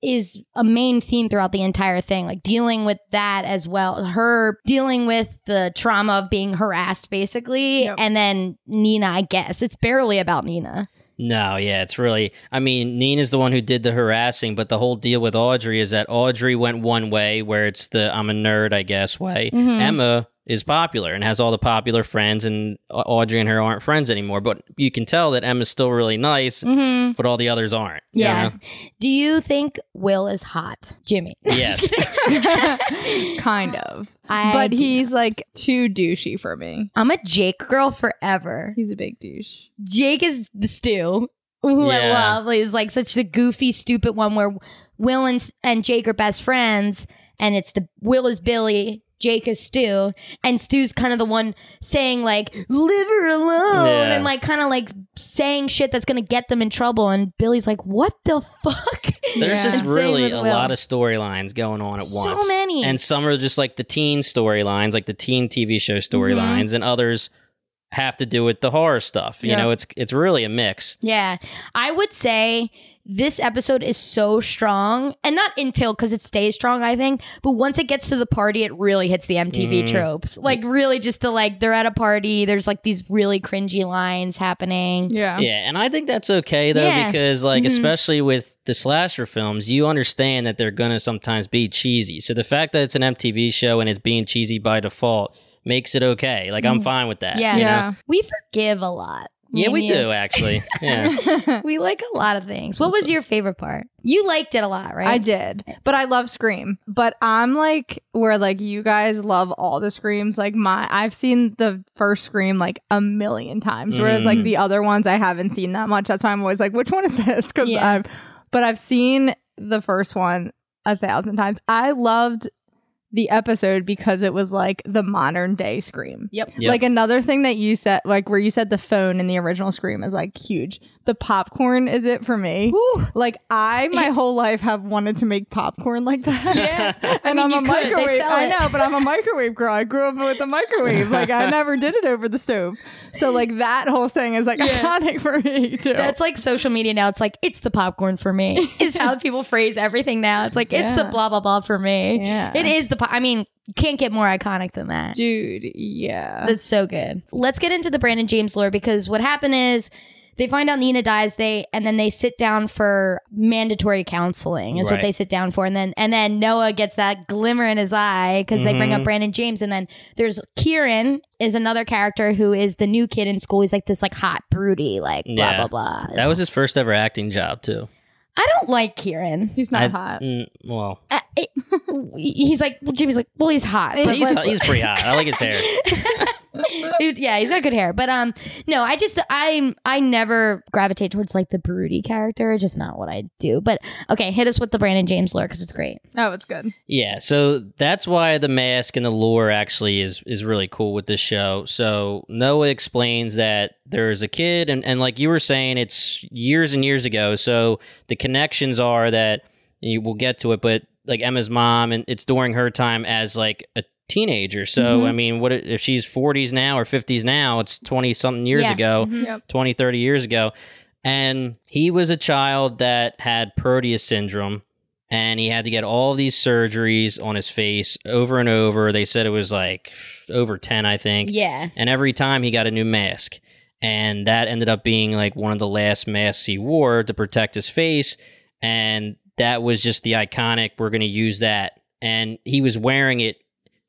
Speaker 3: is a main theme throughout the entire thing, like dealing with that as well. Her dealing with the trauma of being harassed, basically,
Speaker 4: Yep.
Speaker 3: and then Nina. I guess it's barely about Nina.
Speaker 2: No, yeah, it's really. I mean, Nina's the one who did the harassing, but the whole deal with Audrey is that Audrey went one way, where it's the I'm a nerd, I guess, way.
Speaker 3: Mm-hmm.
Speaker 2: Emma is popular and has all the popular friends, and Au- Audrey and her aren't friends anymore. But you can tell that Emma's still really nice,
Speaker 3: Mm-hmm.
Speaker 2: but all the others aren't. you
Speaker 3: Yeah.
Speaker 2: know?
Speaker 3: Do you think Will is hot, Jimmy?
Speaker 2: Yes.
Speaker 4: kind of.
Speaker 3: I
Speaker 4: but
Speaker 3: do-
Speaker 4: he's like too douchey for me.
Speaker 3: I'm a Jake girl forever.
Speaker 4: He's a big douche.
Speaker 3: Jake is the stew, who I
Speaker 2: Yeah.
Speaker 3: love. He's like such the goofy, stupid one where Will and, and Jake are best friends, and it's the Will is Billy. Jake is Stu, and Stu's kind of the one saying like "leave her alone"
Speaker 2: Yeah.
Speaker 3: and like kind of like saying shit that's gonna get them in trouble. And Billy's like, "What the fuck?"
Speaker 2: There's just
Speaker 3: And same
Speaker 2: really
Speaker 3: with
Speaker 2: a
Speaker 3: Will.
Speaker 2: lot of storylines going on at
Speaker 3: So
Speaker 2: once.
Speaker 3: many.
Speaker 2: And some are just like the teen storylines, like the teen TV show
Speaker 3: Mm-hmm.
Speaker 2: storylines, and others have to do with the horror stuff. You
Speaker 3: Yeah.
Speaker 2: know, it's it's really a mix.
Speaker 3: Yeah. I would say this episode is so strong and not until because it stays strong, I think. But once it gets to the party, it really hits the MTV
Speaker 2: Mm.
Speaker 3: tropes. Like, really, just the like, they're at a party, there's like these really cringy lines happening.
Speaker 4: Yeah.
Speaker 2: Yeah, and I think that's okay though
Speaker 3: Yeah. Mm-hmm.
Speaker 2: because like especially with the slasher films, you understand that they're gonna sometimes be cheesy. So the fact that it's an MTV show and it's being cheesy by default makes it okay. Like I'm fine with that.
Speaker 3: Mm-hmm. Yeah.
Speaker 2: you know?
Speaker 4: Yeah.
Speaker 3: We forgive a lot. Me
Speaker 2: Yeah,
Speaker 3: and
Speaker 2: we
Speaker 3: you.
Speaker 2: do actually. Yeah.
Speaker 3: We like a lot of things. What was your favorite part? You liked it a lot, right?
Speaker 4: I did. But I love Scream. But I'm like where like you guys love all the screams. Like my I've seen the first scream like a million times. Whereas like
Speaker 3: Mm-hmm.
Speaker 4: the other ones I haven't seen that much. That's why I'm always like, which one is this? Because
Speaker 3: Yeah.
Speaker 4: I've but I've seen the first one a thousand times. I loved the episode because it was like the modern day scream.
Speaker 3: Yep.
Speaker 2: Yep.
Speaker 4: Like another thing that you said, like where you said the phone in the original Scream is like huge. The popcorn is it for me.
Speaker 3: Whew.
Speaker 4: Like I, my whole life have wanted to make popcorn like that.
Speaker 3: Yeah. I
Speaker 4: and
Speaker 3: mean,
Speaker 4: I'm
Speaker 3: you
Speaker 4: a
Speaker 3: could. They
Speaker 4: microwave.
Speaker 3: sell
Speaker 4: I
Speaker 3: it.
Speaker 4: know, but I'm a microwave girl. I grew up with a microwave. Like I never did it over the stove. So like that whole thing is like iconic for me too.
Speaker 3: That's like social media now. It's like it's the popcorn for me. Is how people phrase everything now. It's like it's the
Speaker 4: Yeah.
Speaker 3: blah blah blah for me.
Speaker 4: Yeah.
Speaker 3: It is the. Po- I mean, you can't get more iconic than that.
Speaker 4: dude. Yeah.
Speaker 3: That's so good. Let's get into the Brandon James lore because what happened is They find out Nina dies. They and then they sit down for mandatory counseling is
Speaker 2: Right.
Speaker 3: what they sit down for. And then and then Noah gets that glimmer in his eye because they bring up Brandon James. And then there's Kieran is another character who is the new kid in school. He's like this like hot broody like blah
Speaker 2: Yeah.
Speaker 3: blah blah.
Speaker 2: That was his first ever acting job too.
Speaker 3: I don't like Kieran.
Speaker 4: He's not
Speaker 2: I-
Speaker 4: hot.
Speaker 2: Mm, well,
Speaker 3: Uh, it- he's like well, Jimmy's like well he's hot. but
Speaker 2: he's,
Speaker 3: like-
Speaker 2: he's pretty hot. I like his hair.
Speaker 3: Dude, yeah, he's got good hair. But um no, I just I I never gravitate towards like the broody character. It's just not what I do. But okay, hit us with the Brandon James lore because it's great.
Speaker 4: Oh, it's good.
Speaker 2: Yeah, so that's why the mask and the lore actually is is really cool with this show. So Noah explains that there's a kid, and, and like you were saying, it's years and years ago. So the connections are that you will get to it, but like Emma's mom, and it's during her time as like a teenager. So I mean, what if she's 40s now or 50s now? It's 20 something years
Speaker 3: Yeah.
Speaker 2: ago.
Speaker 3: Mhm.
Speaker 4: Yep.
Speaker 2: 20, 30 years ago. And he was a child that had Proteus syndrome and he had to get all these surgeries on his face over and over. They said it was like over 10, I think.
Speaker 3: Yeah.
Speaker 2: And every time he got a new mask. And that ended up being like one of the last masks he wore to protect his face. And that was just the iconic, we're going to use that. And he was wearing it,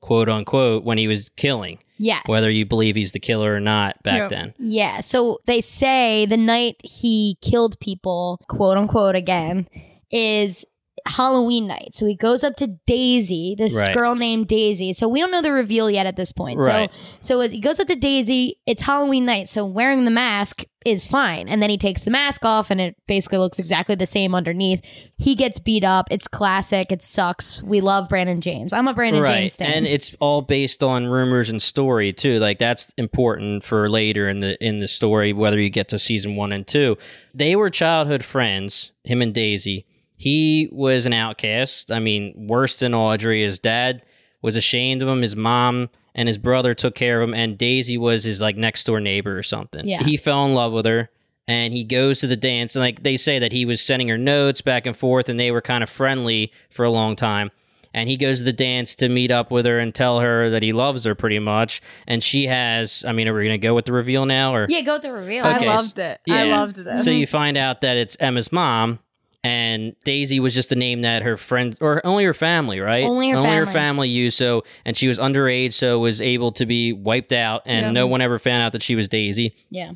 Speaker 2: quote unquote, when he was killing,
Speaker 3: Yes.
Speaker 2: whether you believe he's the killer or not back
Speaker 4: Yep.
Speaker 2: then.
Speaker 3: Yeah. So they say the night he killed people, quote unquote again, is Halloween night. So he goes up to Daisy, this
Speaker 2: Right.
Speaker 3: girl named Daisy. So we don't know the reveal yet at this point.
Speaker 2: Right.
Speaker 3: So so he goes up to Daisy, it's Halloween night, so wearing the mask is fine. And then he takes the mask off and it basically looks exactly the same underneath. He gets beat up. It's classic. It sucks. We love Brandon James. I'm a Brandon James stan.
Speaker 2: and it's all based on rumors and story too like that's important for later in the in the story whether you get to season one and two they were childhood friends him and daisy he was an outcast i mean worse than audrey his dad was ashamed of him his mom and his brother took care of him and daisy was his like next door neighbor or something
Speaker 3: Yeah.
Speaker 2: he fell in love with her and he goes to the dance and like they say that he was sending her notes back and forth and they were kind of friendly for a long time and he goes to the dance to meet up with her and tell her that he loves her pretty much and she has i mean are we gonna go with the reveal now or
Speaker 3: yeah, go with the reveal.
Speaker 2: Okay,
Speaker 4: I
Speaker 2: so-
Speaker 4: loved it. I
Speaker 2: yeah.
Speaker 4: loved this.
Speaker 2: so
Speaker 3: Uh-huh.
Speaker 2: you find out that it's emma's mom and daisy was just a name that her friend or only her family right
Speaker 3: Only her
Speaker 2: only her
Speaker 3: family.
Speaker 2: family used so and she was underage so was able to be wiped out and no one ever found out that she was daisy
Speaker 3: Yeah.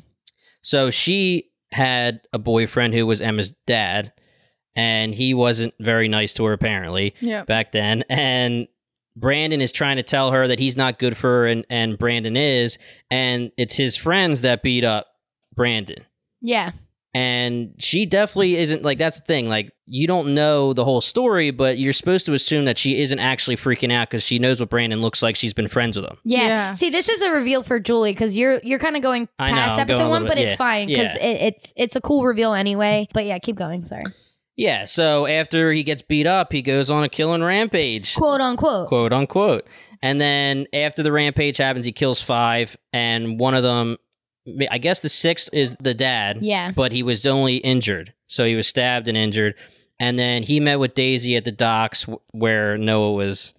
Speaker 2: so she had a boyfriend who was Emma's dad, and he wasn't very nice to her apparently
Speaker 4: Yep.
Speaker 2: back then. And Brandon is trying to tell her that he's not good for her, and, and Brandon is, and it's his friends that beat up Brandon.
Speaker 3: Yeah.
Speaker 2: And she definitely isn't like that's the thing. Like, you don't know the whole story, but you're supposed to assume that she isn't actually freaking out because she knows what Brandon looks like. She's been friends with him.
Speaker 3: Yeah.
Speaker 4: Yeah.
Speaker 3: See, this is a reveal for Julie because you're you're kind of going
Speaker 2: I know,
Speaker 3: past
Speaker 2: I'm
Speaker 3: episode
Speaker 2: going a
Speaker 3: one,
Speaker 2: little
Speaker 3: but
Speaker 2: bit-
Speaker 3: it's
Speaker 2: yeah.
Speaker 3: fine because
Speaker 2: Yeah.
Speaker 3: it, it's it's a cool reveal anyway. But yeah, keep going. Sorry,
Speaker 2: Yeah. So after he gets beat up, he goes on a killing rampage.
Speaker 3: quote unquote.
Speaker 2: quote unquote. And then after the rampage happens, he kills five, and one of them, I guess the sixth is the dad.
Speaker 3: Yeah.
Speaker 2: But he was only injured. So he was stabbed and injured. And then he met with Daisy at the docks w- where Noah was,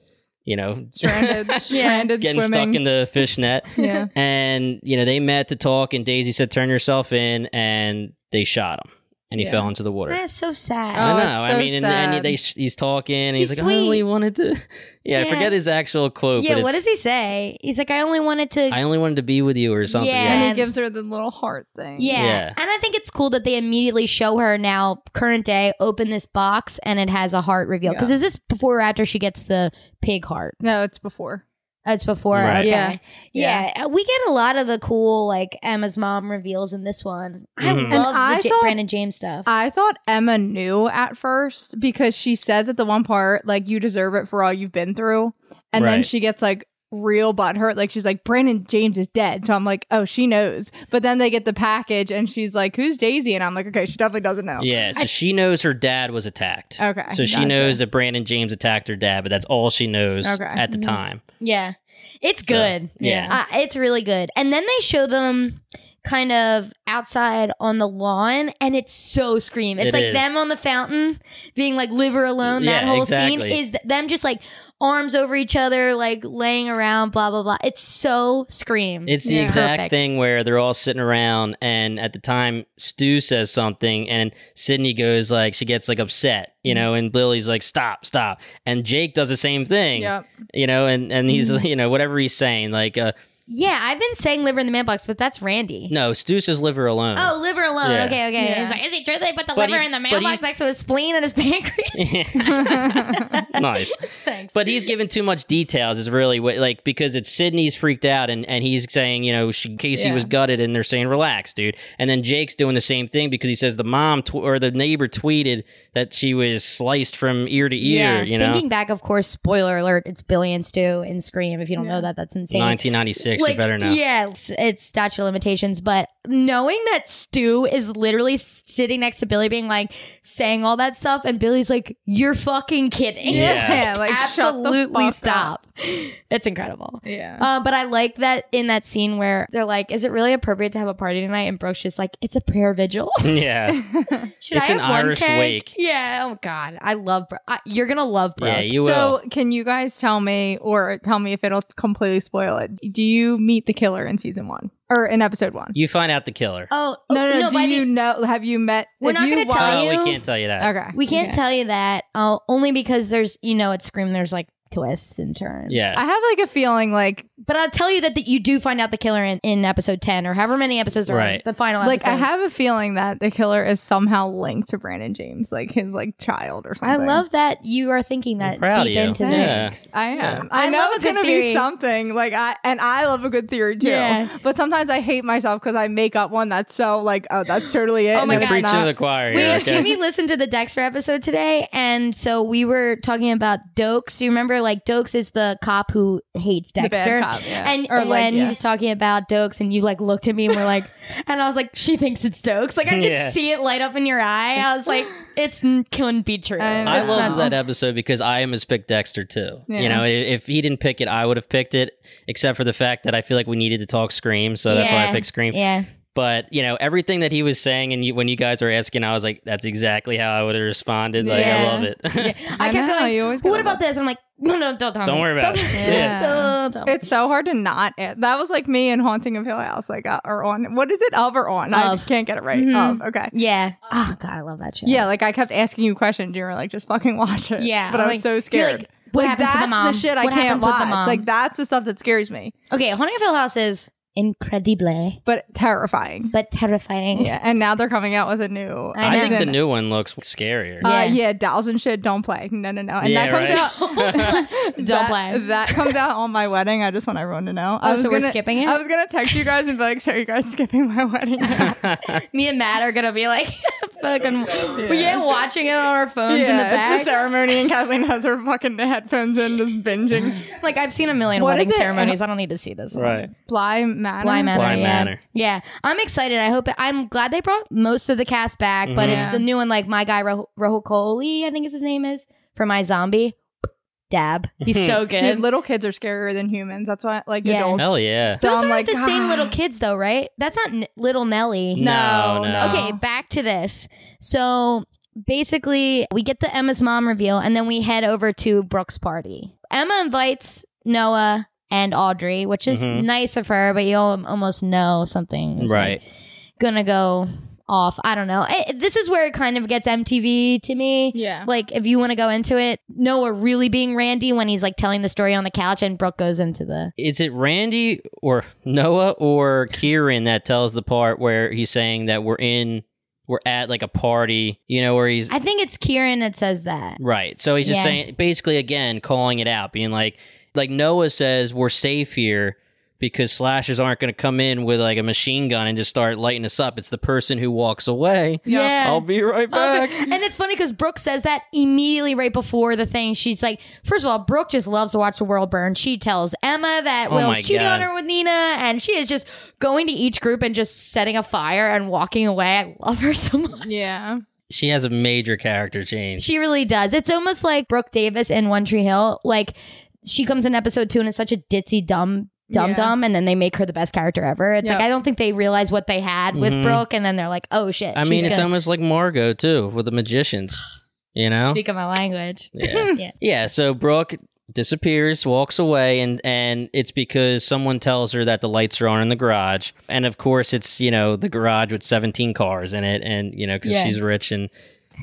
Speaker 2: you know,
Speaker 4: stranded, stranded
Speaker 2: getting
Speaker 4: swimming.
Speaker 2: stuck in the fishnet.
Speaker 4: yeah.
Speaker 2: And, you know, they met to talk, and Daisy said, Turn yourself in, and they shot him. And he
Speaker 4: Yeah.
Speaker 2: fell into the water.
Speaker 3: That's so sad.
Speaker 4: Oh,
Speaker 2: I know.
Speaker 4: it's
Speaker 2: I
Speaker 4: so
Speaker 2: mean, and, and
Speaker 4: sad.
Speaker 2: they, he's talking, and he's,
Speaker 3: He's
Speaker 2: like, "I only
Speaker 3: sweet.
Speaker 2: wanted to." Yeah, I
Speaker 3: Yeah.
Speaker 2: forget his actual quote.
Speaker 3: yeah,
Speaker 2: but
Speaker 3: what
Speaker 2: it's-
Speaker 3: does he say? He's like, I only wanted to.
Speaker 2: I only wanted to be with you or something.
Speaker 3: Yeah.
Speaker 4: And
Speaker 3: And-
Speaker 4: he gives her the little heart thing.
Speaker 3: yeah.
Speaker 2: Yeah.
Speaker 3: and I think it's cool that they immediately show her now, current day, open this box and it has a heart reveal. Because is this before or after she gets the pig heart?
Speaker 4: No, it's before.
Speaker 3: That's before.
Speaker 2: Right.
Speaker 3: Okay.
Speaker 4: Yeah.
Speaker 3: Yeah. Uh, we get a lot of the cool like Emma's mom reveals in this one. I
Speaker 2: Mhm. And
Speaker 3: love
Speaker 4: I
Speaker 3: the J-
Speaker 4: thought-
Speaker 3: Brandon James stuff.
Speaker 4: I thought Emma knew at first because she says at the one part, like, you deserve it for all you've been through. And then
Speaker 2: Right.
Speaker 4: she gets like real butthurt. Like, she's like, Brandon James is dead. So I'm like, oh, she knows. But then they get the package and she's like, who's Daisy? And I'm like, okay, she definitely doesn't know.
Speaker 2: Yeah, so she knows her dad was attacked.
Speaker 4: Okay,
Speaker 2: So she
Speaker 4: gotcha.
Speaker 2: knows that Brandon James attacked her dad, but that's all she knows
Speaker 4: Okay. mm-hmm.
Speaker 2: at the time.
Speaker 3: Yeah. It's good.
Speaker 2: yeah.
Speaker 3: Uh, it's really good. And then they show them kind of outside on the lawn, and it's so scream. It's
Speaker 2: It
Speaker 3: like
Speaker 2: is.
Speaker 3: them on the fountain being like live her alone. that
Speaker 2: Yeah,
Speaker 3: whole
Speaker 2: exactly.
Speaker 3: scene is th- them just like arms over each other, like laying around, blah blah blah. It's so scream.
Speaker 2: It's the
Speaker 4: Yeah.
Speaker 2: exact
Speaker 3: Perfect.
Speaker 2: thing where they're all sitting around, and at the time, Stu says something, and Sydney goes like, she gets like upset, you
Speaker 4: Mm-hmm.
Speaker 2: know, and Lily's like, stop, stop, and Jake does the same thing,
Speaker 4: Yep. Mm-hmm.
Speaker 2: you know, and and he's you know whatever he's saying, like, uh,
Speaker 3: yeah, I've been saying liver in the man box, but that's Randy.
Speaker 2: no, Stu says live her alone.
Speaker 3: Oh, liver alone.
Speaker 2: Yeah.
Speaker 3: Okay, okay.
Speaker 4: Yeah.
Speaker 3: It's like, is it true they put the
Speaker 2: But
Speaker 3: liver
Speaker 2: he-
Speaker 3: in the
Speaker 2: but
Speaker 3: mailbox
Speaker 2: he's-
Speaker 3: next to his spleen and his pancreas?
Speaker 2: nice.
Speaker 3: Thanks.
Speaker 2: But he's given too much details. Is really what like because it's Sydney's freaked out and and he's saying you know she, Casey
Speaker 4: Yeah.
Speaker 2: was gutted and they're saying relax, dude. And then Jake's doing the same thing because he says the mom tw- or the neighbor tweeted that she was sliced from ear to ear. you know,
Speaker 3: Thinking back, of course, spoiler alert, it's Billy and Stu in Scream. If you don't know that, that's insane.
Speaker 2: 1996. you better know.
Speaker 3: Yeah, it's, it's statute of limitations. But knowing that Stu is literally sitting next to Billy, being like, saying all that stuff, and Billy's like, "You're fucking kidding."
Speaker 2: Yeah.
Speaker 4: Yeah, like, shut the
Speaker 3: absolutely
Speaker 4: fuck
Speaker 3: stop. It's incredible.
Speaker 4: Yeah.
Speaker 3: Uh, but I like that in that scene where they're like, "Is it really appropriate to have a party tonight?" And Brooke's just like, "It's a prayer vigil."
Speaker 2: Yeah.
Speaker 3: Should
Speaker 2: It's
Speaker 3: I
Speaker 2: an
Speaker 3: have one
Speaker 2: Irish
Speaker 3: cake?
Speaker 2: wake.
Speaker 3: Yeah. Oh God, I love. Bro- I, you're gonna love Brooke.
Speaker 2: Yeah, you
Speaker 4: so,
Speaker 2: will.
Speaker 4: can you guys tell me, or tell me if it'll completely spoil it? Do you meet the killer in season one or in episode one?
Speaker 2: You find out the killer.
Speaker 3: oh
Speaker 4: no, no,
Speaker 3: by
Speaker 4: Do
Speaker 3: the-
Speaker 4: you know? Have you met?
Speaker 3: We're
Speaker 4: if
Speaker 3: not
Speaker 4: you
Speaker 3: gonna tell
Speaker 4: watch-
Speaker 2: oh,
Speaker 3: you-
Speaker 2: we can't tell you that.
Speaker 4: Okay,
Speaker 3: we can't
Speaker 4: okay.
Speaker 3: tell you that. Uh, only because there's you know at Scream there's like twists and turns.
Speaker 2: Yeah.
Speaker 4: I have like a feeling like
Speaker 3: But I'll tell you that, that you do find out the killer in, in episode ten or however many episodes are in
Speaker 2: Right.
Speaker 3: the final.
Speaker 4: like I
Speaker 3: episodes.
Speaker 4: have a feeling that the killer is somehow linked to Brandon James, like his like child or
Speaker 3: I
Speaker 4: something.
Speaker 3: love that you are thinking that
Speaker 2: proud of
Speaker 3: deep
Speaker 2: you.
Speaker 3: into
Speaker 2: Yeah.
Speaker 3: this.
Speaker 4: Thanks. I am.
Speaker 3: I
Speaker 4: I, know
Speaker 3: love a
Speaker 4: it's
Speaker 3: good
Speaker 4: gonna
Speaker 3: theory.
Speaker 4: be something like I and I love a good theory too.
Speaker 3: Yeah.
Speaker 4: But sometimes I hate myself because I make up one that's so like oh that's totally it.
Speaker 3: Oh
Speaker 4: and
Speaker 3: my
Speaker 4: then
Speaker 3: God.
Speaker 4: it's
Speaker 2: Preaching to
Speaker 4: not.
Speaker 2: the choir.
Speaker 3: We
Speaker 2: Here,
Speaker 3: had
Speaker 2: okay?
Speaker 3: Jimmy listened to the Dexter episode today, and so we were talking about Dokes. You remember, like Dokes is the cop who hates
Speaker 4: The bad
Speaker 3: Dexter,
Speaker 4: cop, yeah.
Speaker 3: and
Speaker 4: Or,
Speaker 3: when
Speaker 4: like,
Speaker 3: he
Speaker 4: yeah.
Speaker 3: was talking about Dokes, and you like looked at me and were like, and I was like, she thinks it's Dokes. Like I could
Speaker 2: Yeah.
Speaker 3: see it light up in your eye. I was like, it's n- couldn't be true.
Speaker 4: I know.
Speaker 2: I
Speaker 3: It's
Speaker 2: loved
Speaker 3: not-
Speaker 2: that episode because I almost picked Dexter too. You
Speaker 4: Yeah.
Speaker 2: know, i- if he didn't pick it, I would have picked it, except for the fact that I feel like we needed to talk Scream, so that's why
Speaker 3: Yeah.
Speaker 2: I picked Scream.
Speaker 3: Yeah,
Speaker 2: But you know, everything that he was saying, and you, when you guys were asking, I was like, "That's exactly how I would have responded." Like, I
Speaker 3: Yeah.
Speaker 2: love it.
Speaker 3: I, kept
Speaker 4: know,
Speaker 3: going.
Speaker 4: you always
Speaker 3: What
Speaker 4: gotta
Speaker 3: about this? And I'm like, no, no, don't tell
Speaker 2: Don't
Speaker 3: me.
Speaker 2: worry about
Speaker 3: Don't-
Speaker 2: it.
Speaker 4: Yeah.
Speaker 3: Don't- don't.
Speaker 4: It's so hard to not. That was like me and Haunting of Hill House, like uh, or on. What is it? Of or on?
Speaker 3: Of. Mm-hmm.
Speaker 4: I can't get it right. Of. Okay.
Speaker 3: Yeah. Oh God, I love that show.
Speaker 4: Yeah, like I kept asking you questions. You were like, just fucking watch it.
Speaker 3: Yeah,
Speaker 4: But I was
Speaker 3: like,
Speaker 4: so
Speaker 3: you're like,
Speaker 4: scared.
Speaker 3: what
Speaker 4: Like,
Speaker 3: happens to
Speaker 4: that's
Speaker 3: the mom?
Speaker 4: shit I
Speaker 3: What
Speaker 4: can't
Speaker 3: happens with the
Speaker 4: watch.
Speaker 3: mom?
Speaker 4: Like that's the stuff that scares me,
Speaker 3: Okay, Haunting of Hill House is incredible,
Speaker 4: but terrifying.
Speaker 3: but terrifying.
Speaker 4: Yeah, and now they're coming out with a new.
Speaker 3: I
Speaker 2: I think
Speaker 3: know.
Speaker 2: the
Speaker 4: season.
Speaker 2: new one looks scarier.
Speaker 4: Uh,
Speaker 3: Yeah.
Speaker 4: yeah. dolls and shit don't play. No, no, no. And
Speaker 2: Yeah,
Speaker 4: that comes
Speaker 2: right.
Speaker 4: out.
Speaker 3: Don't
Speaker 4: that,
Speaker 3: play.
Speaker 4: That comes out on my wedding. I just want everyone to know.
Speaker 3: Oh,
Speaker 4: I was
Speaker 3: so we're
Speaker 4: gonna-
Speaker 3: skipping it?
Speaker 4: I was gonna text you guys and be like, "So are you guys skipping my wedding?" now?"
Speaker 3: Me and Matt are gonna be like, fucking, we're yeah, watching it on our phones in the
Speaker 4: yeah,
Speaker 3: back.
Speaker 4: it's the ceremony, and Kathleen has her fucking headphones in, just binging.
Speaker 3: like I've seen a million
Speaker 4: What
Speaker 3: wedding
Speaker 4: is it?
Speaker 3: ceremonies. I don't need to see this one.
Speaker 2: Right.
Speaker 4: Bly Manor.
Speaker 3: Bly Manor,
Speaker 2: Bly
Speaker 3: yeah.
Speaker 2: Manor.
Speaker 3: yeah, I'm excited. I hope I'm glad they brought most of the cast back, but
Speaker 4: Mhm.
Speaker 3: it's
Speaker 4: Yeah.
Speaker 3: the new one. Like my guy Ro- Rahul Kohli, I think is his name is for my zombie dab. He's so good.
Speaker 4: Dude, little kids are scarier than humans. That's why, like
Speaker 3: Yeah.
Speaker 4: adults.
Speaker 2: Hell yeah.
Speaker 4: So
Speaker 3: Those
Speaker 4: I'm
Speaker 3: aren't
Speaker 4: like,
Speaker 3: the same
Speaker 4: "Ah."
Speaker 3: little kids though, right? That's not n- little Nelly.
Speaker 2: No, no.
Speaker 3: Okay, back to this. So basically, we get the Emma's mom reveal, and then we head over to Brooke's party. Emma invites Noah and Audrey, which is
Speaker 2: Mhm.
Speaker 3: nice of her, but you al- almost know something is like,
Speaker 2: Right.
Speaker 3: gonna go off. I don't know. I- this is where it kind of gets MTV to me.
Speaker 4: Yeah.
Speaker 3: Like, if you want to go into it, Noah really being Randy when he's like telling the story on the couch, and Brooke goes into the.
Speaker 2: Is it Randy or Noah or Kieran that tells the part where he's saying that we're in, we're at like a party, you know, where he's
Speaker 3: I think it's Kieran that says that.
Speaker 2: Right. So he's just
Speaker 3: Yeah.
Speaker 2: saying, basically, again, calling it out, being like, like Noah says, we're safe here because slashers aren't going to come in with like a machine gun and just start lighting us up. It's the person who walks away.
Speaker 3: Yeah.
Speaker 2: I'll be right
Speaker 3: Oh,
Speaker 2: back.
Speaker 3: and it's funny because Brooke says that immediately right before the thing. She's like, first of all, Brooke just loves to watch the world burn. She tells Emma that
Speaker 2: Oh
Speaker 3: Will's
Speaker 2: my
Speaker 3: cheating on
Speaker 2: God.
Speaker 3: her with Nina, and she is just going to each group and just setting a fire and walking away. I love her so much.
Speaker 4: Yeah.
Speaker 2: She has a major character change.
Speaker 3: She really does. It's almost like Brooke Davis in One Tree Hill. Like, she comes in episode two and is such a ditzy, dumb Dum Dum, and then they make her the best character ever. It's like
Speaker 4: Yep.
Speaker 3: I don't think they realize what they had with Brooke, and then they're like, "Oh shit!"
Speaker 2: Mm-hmm. I mean,
Speaker 3: she's
Speaker 2: it's
Speaker 3: good.
Speaker 2: almost like Margot too with the magicians. You know?
Speaker 3: speak of my language.
Speaker 2: Yeah.
Speaker 3: Yeah.
Speaker 2: yeah. So Brooke disappears, walks away, and and it's because someone tells her that the lights are on in the garage, and of course it's you know the garage with seventeen cars in it, and you know because
Speaker 3: Yeah.
Speaker 2: she's rich and.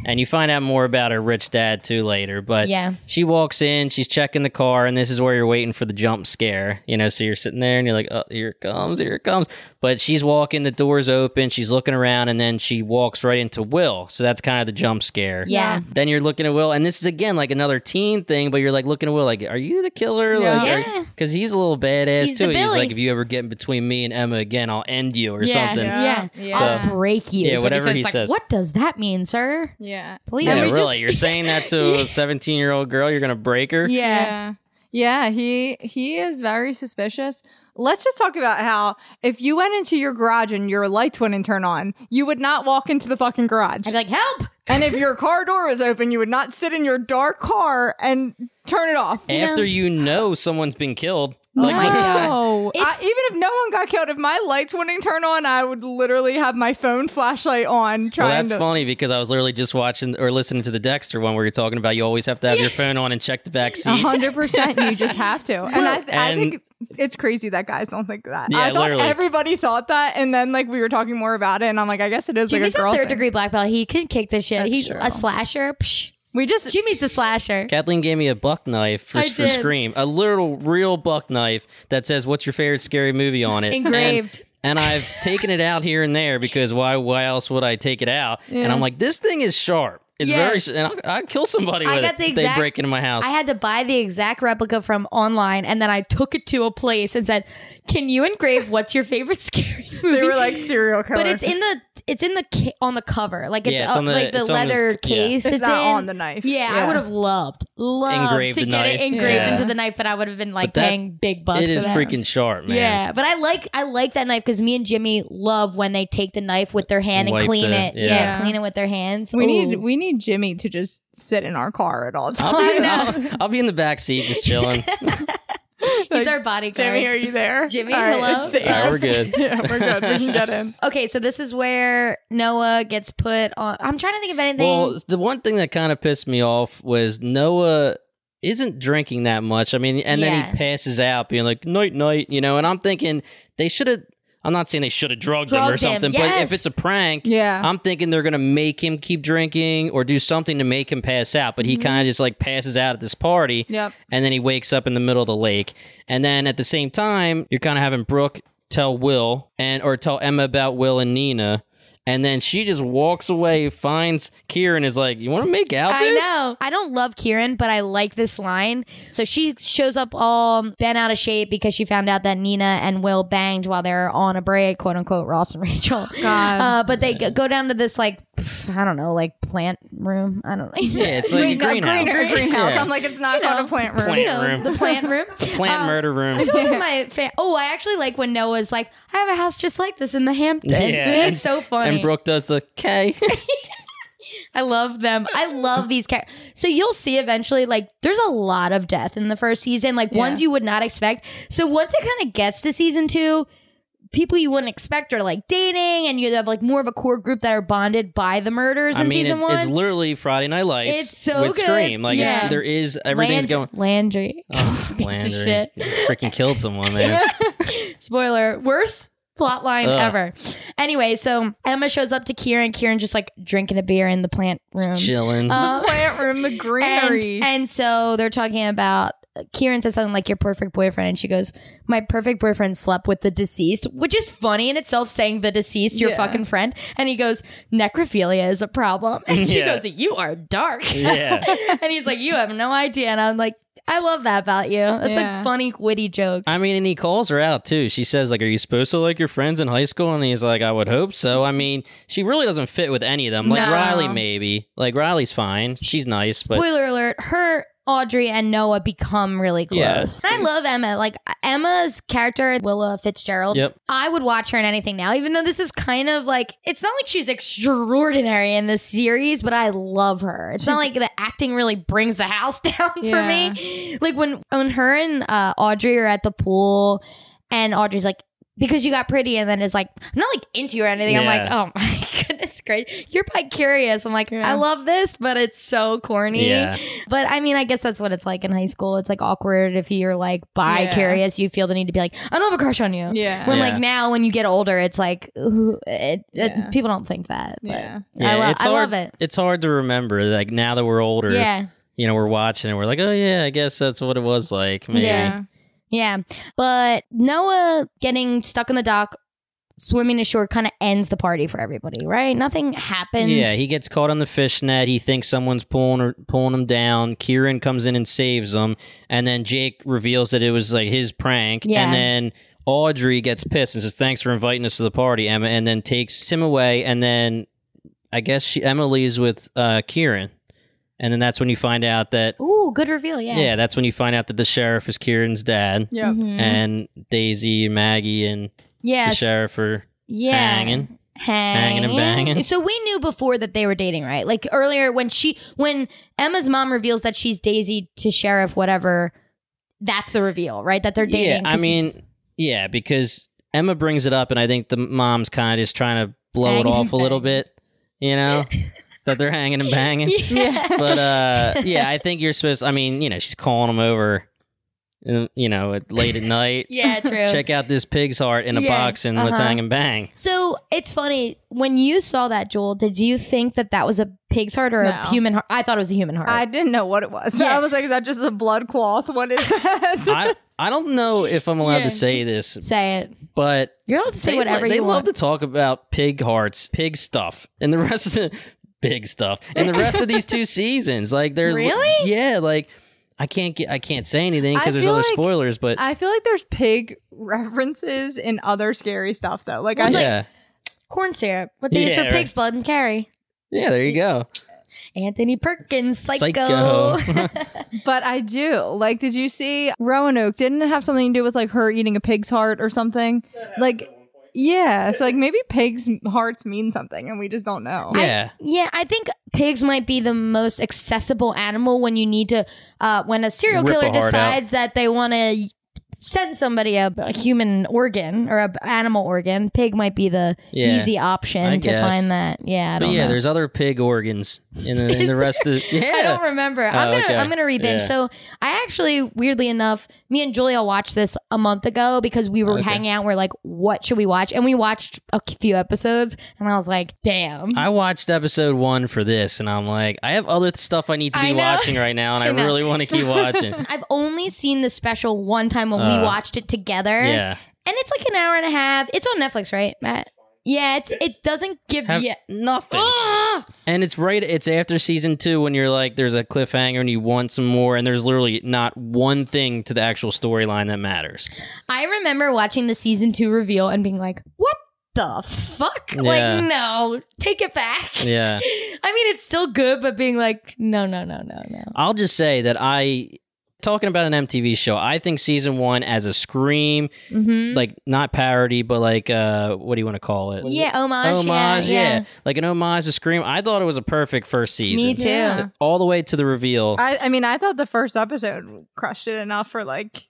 Speaker 2: And you find out more about her rich dad too later, but
Speaker 3: Yeah.
Speaker 2: she walks in, she's checking the car, and this is where you're waiting for the jump scare, you know. So you're sitting there and you're like, "Oh, here it comes, here it comes!" But she's walking, the door's open, she's looking around, and then she walks right into Will. So that's kind of the jump scare.
Speaker 3: Yeah.
Speaker 2: Then you're looking at Will, and this is again like another teen thing, but you're like looking at Will, like, are you the killer?
Speaker 4: Yeah.
Speaker 2: Like,
Speaker 3: Yeah.
Speaker 2: because he's a little badass
Speaker 3: He's the
Speaker 2: too. He's
Speaker 3: Billy.
Speaker 2: like, if you ever get in between me and Emma again, I'll end you or
Speaker 3: yeah,
Speaker 2: something.
Speaker 3: Yeah,
Speaker 4: Yeah.
Speaker 3: I'll
Speaker 2: So-
Speaker 3: break you.
Speaker 2: Yeah,
Speaker 3: is what
Speaker 2: whatever he
Speaker 3: It's like,
Speaker 2: says.
Speaker 3: What does that mean, sir?
Speaker 4: Yeah.
Speaker 3: Please.
Speaker 2: Yeah,
Speaker 4: And we
Speaker 2: really.
Speaker 4: just-
Speaker 2: you're saying that to a 17 year old girl, you're gonna break her.
Speaker 3: yeah.
Speaker 4: Yeah. Yeah, he he is very suspicious. Let's just talk about how if you went into your garage and your lights wouldn't turn on, you would not walk into the fucking garage.
Speaker 3: I'd be like, help.
Speaker 4: and if your car door was open, you would not sit in your dark car and turn it off.
Speaker 2: After you know someone's been killed,
Speaker 4: No,
Speaker 2: like Oh my-
Speaker 4: I-
Speaker 3: It's-
Speaker 4: even if no one got killed, if my lights wouldn't turn on, I would literally have my phone flashlight on
Speaker 2: Well,
Speaker 4: trying
Speaker 2: that's
Speaker 4: to.
Speaker 2: funny because I was literally just watching or listening to the Dexter one where you're talking about you always have to have your phone on and check the back
Speaker 4: A
Speaker 2: seat.
Speaker 4: hundred percent, you just have to. And I, th- I
Speaker 2: And-
Speaker 4: think it's crazy that guys don't think that.
Speaker 2: Yeah,
Speaker 4: I thought
Speaker 2: literally.
Speaker 4: everybody thought that, and then like we were talking more about it, and I'm like, I guess it is
Speaker 3: Jimmy's
Speaker 4: like a girl
Speaker 3: a third
Speaker 4: thing.
Speaker 3: degree black belt. He can kick the shit.
Speaker 4: That's
Speaker 3: He's
Speaker 4: true.
Speaker 3: a slasher. Psh.
Speaker 4: We just
Speaker 3: Jimmy's the slasher.
Speaker 2: Kathleen gave me a buck knife for,
Speaker 3: I
Speaker 2: for
Speaker 3: did.
Speaker 2: Scream, a little real buck knife that says "What's your favorite scary movie?" on it,
Speaker 3: Engraved.
Speaker 2: And, and I've taken it out here and there because why? Why else would I take it out? And I'm like, this thing is sharp. It's
Speaker 3: Yeah.
Speaker 2: very, sh- and I'll, I'll kill somebody
Speaker 3: I
Speaker 2: with
Speaker 3: got
Speaker 2: it.
Speaker 3: the
Speaker 2: if
Speaker 3: exact-
Speaker 2: they break into my house.
Speaker 3: I had to buy the exact replica from online, and then I took it to a place and said, "Can you engrave what's your favorite scary movie?"
Speaker 4: they were like serial killer,
Speaker 3: but it's in the it's in the ca- on the cover, like it's,
Speaker 2: Yeah, it's
Speaker 3: uh,
Speaker 2: on the-
Speaker 3: like the
Speaker 2: it's on the-
Speaker 3: leather
Speaker 2: yeah.
Speaker 3: case.
Speaker 4: It's
Speaker 3: It's,
Speaker 4: not
Speaker 3: in.
Speaker 4: on the knife.
Speaker 3: Yeah, I
Speaker 4: Yeah.
Speaker 3: would have loved loved
Speaker 2: Engraved
Speaker 3: to
Speaker 2: the
Speaker 3: get it
Speaker 2: knife.
Speaker 3: engraved
Speaker 2: Yeah.
Speaker 3: into the knife, but I would have been like
Speaker 2: that-
Speaker 3: paying big bucks.
Speaker 2: it
Speaker 3: for
Speaker 2: is
Speaker 3: that.
Speaker 2: freaking sharp, man.
Speaker 3: Yeah, but I like I like that knife because me and Jimmy love when they take the knife with their hand and
Speaker 2: Wipe
Speaker 3: clean
Speaker 2: the-
Speaker 3: it. Yeah.
Speaker 2: yeah.
Speaker 3: clean it with their hands.
Speaker 4: we need
Speaker 3: Ooh.
Speaker 4: we need Jimmy to just sit in our car at all
Speaker 2: I'll be,
Speaker 4: times.
Speaker 2: I'll, I'll be in the back seat just chilling.
Speaker 3: He's
Speaker 4: Like,
Speaker 3: our bodyguard.
Speaker 4: Jimmy, are you there?
Speaker 3: Jimmy,
Speaker 4: All
Speaker 3: hello?
Speaker 4: it's safe.
Speaker 3: It's
Speaker 2: yeah, we're good.
Speaker 4: yeah, we're good. We can get in.
Speaker 3: okay, so this is where Noah gets put on. I'm trying to think of anything.
Speaker 2: Well, the one thing that kind of pissed me off was Noah isn't drinking that much. I mean, and then
Speaker 3: Yeah.
Speaker 2: he passes out being like, night, night, you know, and I'm thinking they should have. I'm not saying they should have drugged, him or
Speaker 3: Drugged him,
Speaker 2: something, but
Speaker 3: yes!
Speaker 2: if it's a prank,
Speaker 4: Yeah.
Speaker 2: I'm thinking they're gonna make him keep drinking or do something to make him pass out. But he
Speaker 3: Mm-hmm.
Speaker 2: kind of just like passes out at this party,
Speaker 4: Yep.
Speaker 2: and then he wakes up in the middle of the lake. And then at the same time, you're kind of having Brooke tell Will and or tell Emma about Will and Nina. And then she just walks away, finds Kieran, is like, "You want to make out,
Speaker 3: I
Speaker 2: dude?"
Speaker 3: know. I don't love Kieran, but I like this line. So she shows up all um, bent out of shape because she found out that Nina and Will banged while they were on a break, quote unquote, Ross and Rachel.
Speaker 4: God.
Speaker 3: Uh, but they go- go down to this, like, pff, I don't know, like plant room. I don't know.
Speaker 2: Yeah, it's like a greenhouse,
Speaker 4: Greener greenhouse.
Speaker 2: Yeah.
Speaker 4: I'm like, it's not
Speaker 3: You know,
Speaker 4: called a plant room.
Speaker 2: Plant room.
Speaker 3: The plant room.
Speaker 2: plant
Speaker 3: Uh,
Speaker 2: murder room.
Speaker 3: Go to my fa- oh, I actually like when Noah's like, I have a house just like this in the Hamptons.
Speaker 2: Yeah.
Speaker 3: It's so funny.
Speaker 2: And Brooke does the K.
Speaker 3: I love them. I love these characters. So you'll see eventually, like, there's a lot of death in the first season, like ones you would not expect. So once it kind of gets to season two, people you wouldn't expect are like dating, and you have like more of a core group that are bonded by the murders
Speaker 2: I
Speaker 3: in
Speaker 2: mean,
Speaker 3: season
Speaker 2: it,
Speaker 3: one.
Speaker 2: it's literally Friday Night Lights
Speaker 3: It's so
Speaker 2: with
Speaker 3: good.
Speaker 2: Scream. Like
Speaker 3: Yeah.
Speaker 2: there is everything's
Speaker 3: Landry.
Speaker 2: going.
Speaker 3: Landry.
Speaker 2: Oh,
Speaker 3: Piece of
Speaker 2: Landry.
Speaker 3: shit.
Speaker 2: freaking killed someone, man.
Speaker 3: Spoiler, worst plot line
Speaker 2: Ugh.
Speaker 3: ever. Anyway, so Emma shows up to Kieran. Kieran just like drinking a beer in the plant room.
Speaker 2: Chilling.
Speaker 3: Uh,
Speaker 4: The plant room, the
Speaker 3: and,
Speaker 4: greenery.
Speaker 3: and so they're talking about Kieran says something like your perfect boyfriend, and she goes, "My perfect boyfriend slept with the deceased," which is funny in itself, saying the deceased, your
Speaker 4: Yeah.
Speaker 3: fucking friend. And he goes, "Necrophilia is a problem," and she
Speaker 2: Yeah.
Speaker 3: goes, "You are dark."
Speaker 2: yeah.
Speaker 3: and he's like, "You have no idea," and I'm like, "I love that about you. That's
Speaker 4: Yeah.
Speaker 3: like funny, witty joke."
Speaker 2: I mean, and he calls her out too. She says, like, are you supposed to like your friends in high school? And he's like, I would hope so. I mean, she really doesn't fit with any of them. Like
Speaker 3: No.
Speaker 2: Riley, maybe. Like Riley's fine. She's nice, but
Speaker 3: spoiler alert her audrey and noah become really close
Speaker 2: Yes.
Speaker 3: And i love emma like emma's character willa fitzgerald
Speaker 2: Yep.
Speaker 3: i would watch her in anything now even though this is kind of like it's not like she's extraordinary in this series but i love her it's not like the acting really brings the house down
Speaker 4: Yeah.
Speaker 3: for me like when when her and uh, audrey are at the pool And Audrey's like, because you got pretty, and then is like, not like into you or anything. I'm like,
Speaker 2: Yeah.
Speaker 3: oh my goodness gracious, you're bi curious. I'm like,
Speaker 4: Yeah.
Speaker 3: I love this, but it's so corny.
Speaker 2: Yeah.
Speaker 3: But I mean, I guess that's what it's like in high school. It's like awkward if you're like bi curious, you feel the need to be like, I don't have a crush on you.
Speaker 4: Yeah.
Speaker 3: When
Speaker 2: Yeah.
Speaker 3: like now, when you get older, it's like, ooh, it, it-
Speaker 4: Yeah.
Speaker 3: people don't think that. But
Speaker 4: Yeah.
Speaker 3: I, lo-
Speaker 2: it's
Speaker 3: I
Speaker 2: hard,
Speaker 3: love it.
Speaker 2: It's hard to remember. Like now that we're older,
Speaker 3: Yeah.
Speaker 2: you know, we're watching and we're like, oh yeah, I guess that's what it was like. Maybe.
Speaker 3: Yeah. Yeah. But Noah getting stuck in the dock, swimming ashore kind of ends the party for everybody, right? Nothing happens.
Speaker 2: Yeah, he gets caught on the fishnet. He thinks someone's pulling or pulling him down. Kieran comes in and saves him, and then Jake reveals that it was like his prank.
Speaker 3: Yeah.
Speaker 2: And then Audrey gets pissed and says, "Thanks for inviting us to the party, Emma," and then takes him away. And then I guess she Emma leaves with uh, Kieran, and then that's when you find out that
Speaker 3: Ooh, good reveal. Yeah.
Speaker 2: yeah. that's when you find out that the sheriff is Kieran's dad,
Speaker 4: Yeah.
Speaker 3: Mhm.
Speaker 2: and Daisy, and Maggie, and the
Speaker 3: yes.
Speaker 2: sheriff are
Speaker 3: yeah.
Speaker 2: hanging.
Speaker 3: Hanging
Speaker 2: and banging.
Speaker 3: So we knew before that they were dating, right? Like earlier when she, when Emma's mom reveals that she's Daisy to Sheriff, whatever, that's the reveal, right? That they're dating.
Speaker 2: Yeah, I
Speaker 3: 'cause
Speaker 2: mean,
Speaker 3: she's-
Speaker 2: yeah, because Emma brings it up, and I think the mom's kind of just trying to blow
Speaker 3: Hanging
Speaker 2: it off
Speaker 3: and
Speaker 2: a little
Speaker 3: banging.
Speaker 2: bit, you know, that they're hanging and banging.
Speaker 3: yeah.
Speaker 2: But uh, yeah, I think you're supposed. I mean, you know, she's calling him over, uh, you know, at late at night.
Speaker 3: yeah, true.
Speaker 2: Check out this pig's heart in a
Speaker 3: Yeah,
Speaker 2: box, and let's
Speaker 3: uh-huh.
Speaker 2: hang and bang.
Speaker 3: So it's funny when you saw that, Joel. Did you think that that was a pig's heart or
Speaker 4: No.
Speaker 3: a human heart? I thought it was a human heart.
Speaker 4: I didn't know what it was. So
Speaker 3: Yeah.
Speaker 4: I was like, is that just a blood cloth? What is that?
Speaker 2: I I don't know if I'm allowed
Speaker 3: Yeah.
Speaker 2: to say this,
Speaker 3: say it.
Speaker 2: but
Speaker 3: You're allowed to say
Speaker 2: they,
Speaker 3: whatever
Speaker 2: they
Speaker 3: you
Speaker 2: love
Speaker 3: want.
Speaker 2: to talk about pig hearts, pig stuff, and the rest of the big stuff, and the rest of these two seasons. Like there's
Speaker 3: Really?
Speaker 2: yeah, like I can't get I can't say anything
Speaker 4: I
Speaker 2: because there's
Speaker 4: feel
Speaker 2: other
Speaker 4: like
Speaker 2: spoilers, but
Speaker 4: I feel like there's pig references in other scary stuff though. Like I
Speaker 3: Well, it's
Speaker 2: yeah,
Speaker 3: Corn syrup. What they use
Speaker 2: Yeah,
Speaker 3: for
Speaker 2: right.
Speaker 3: pig's blood and carry.
Speaker 2: yeah, there you go.
Speaker 3: Anthony Perkins, psycho.
Speaker 2: Psycho.
Speaker 4: But I do. Like, did you see Roanoke? Didn't it have something to do with like her eating a pig's heart or something? Like, yeah. So like maybe pigs' hearts mean something, and we just don't know.
Speaker 2: yeah,
Speaker 3: yeah, I think pigs might be the most accessible animal when you need to, uh, when a serial
Speaker 2: Rip a
Speaker 3: killer
Speaker 2: heart out.
Speaker 3: decides that they want to send somebody a, a human organ or a animal organ. Pig might be the
Speaker 2: Yeah.
Speaker 3: easy option
Speaker 2: I
Speaker 3: to
Speaker 2: guess.
Speaker 3: find that. Yeah, I
Speaker 2: but
Speaker 3: don't
Speaker 2: yeah,
Speaker 3: know.
Speaker 2: there's other pig organs in the, in the rest of the,
Speaker 3: I don't
Speaker 2: yeah.
Speaker 3: remember. I'm
Speaker 2: Oh,
Speaker 3: gonna
Speaker 2: okay.
Speaker 3: I'm gonna rebinge.
Speaker 2: Yeah.
Speaker 3: So I actually, weirdly enough, me and Julia watched this a month ago because we were
Speaker 2: Okay.
Speaker 3: hanging out. We're like, what should we watch? And we watched a few episodes, and I was like, damn.
Speaker 2: I watched episode one for this, and I'm like, I have other stuff I need to be
Speaker 3: I know.
Speaker 2: watching right now, and I,
Speaker 3: I know.
Speaker 2: really want to keep watching.
Speaker 3: I've only seen the special one time when we
Speaker 2: Uh,
Speaker 3: watched it together.
Speaker 2: yeah,
Speaker 3: And it's like an hour and a half. It's on Netflix, right, Matt? Yeah, it's it doesn't give
Speaker 2: have
Speaker 3: you ah!
Speaker 2: nothing.
Speaker 3: Oh,
Speaker 2: And it's right. It's after season two when you're like, there's a cliffhanger and you want some more, and there's literally not one thing to the actual storyline that matters.
Speaker 3: I remember watching the season two reveal and being like, what the fuck?
Speaker 2: Yeah.
Speaker 3: Like, no, take it back.
Speaker 2: Yeah,
Speaker 3: I mean, it's still good, but being like, no, no, no, no, no.
Speaker 2: I'll just say that I talking about an MTV show. I think season one as a scream,
Speaker 3: Mm-hmm.
Speaker 2: like not parody, but like uh, what do you want to call it?
Speaker 3: Yeah, homage.
Speaker 2: Homage,
Speaker 3: yeah. yeah.
Speaker 2: like an homage to Scream. I thought it was a perfect first season,
Speaker 3: Me too.
Speaker 4: Yeah.
Speaker 2: all the way to the reveal.
Speaker 4: I, I mean, I thought the first episode crushed it enough for like.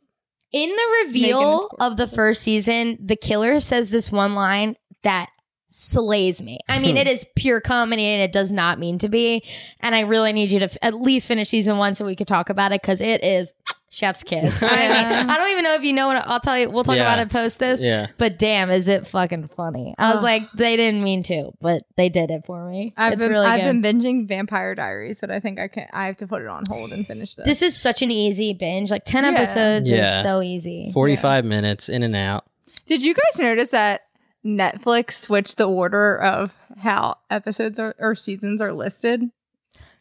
Speaker 3: In the reveal
Speaker 4: Megan is
Speaker 3: of the first season, the killer says this one line that slays me. I mean, it is pure comedy and it does not mean to be. And I really need you to f- at least finish season one so we could talk about it because it is chef's kiss. I, mean, I don't even know if you know what I'll tell you. We'll talk
Speaker 2: Yeah.
Speaker 3: about it post this.
Speaker 2: yeah,
Speaker 3: But damn, is it fucking funny? I was like, they didn't mean to, but they did it for me.
Speaker 4: I've
Speaker 3: it's
Speaker 4: been
Speaker 3: really
Speaker 4: I've
Speaker 3: good.
Speaker 4: been binging Vampire Diaries, but I think I can. I have to put it on hold and finish this.
Speaker 3: this is such an easy binge. Like ten
Speaker 4: Yeah.
Speaker 3: episodes
Speaker 2: Yeah.
Speaker 3: is so easy.
Speaker 2: forty-five minutes in and out.
Speaker 4: Did you guys notice that Netflix switched the order of how episodes are, or seasons are listed?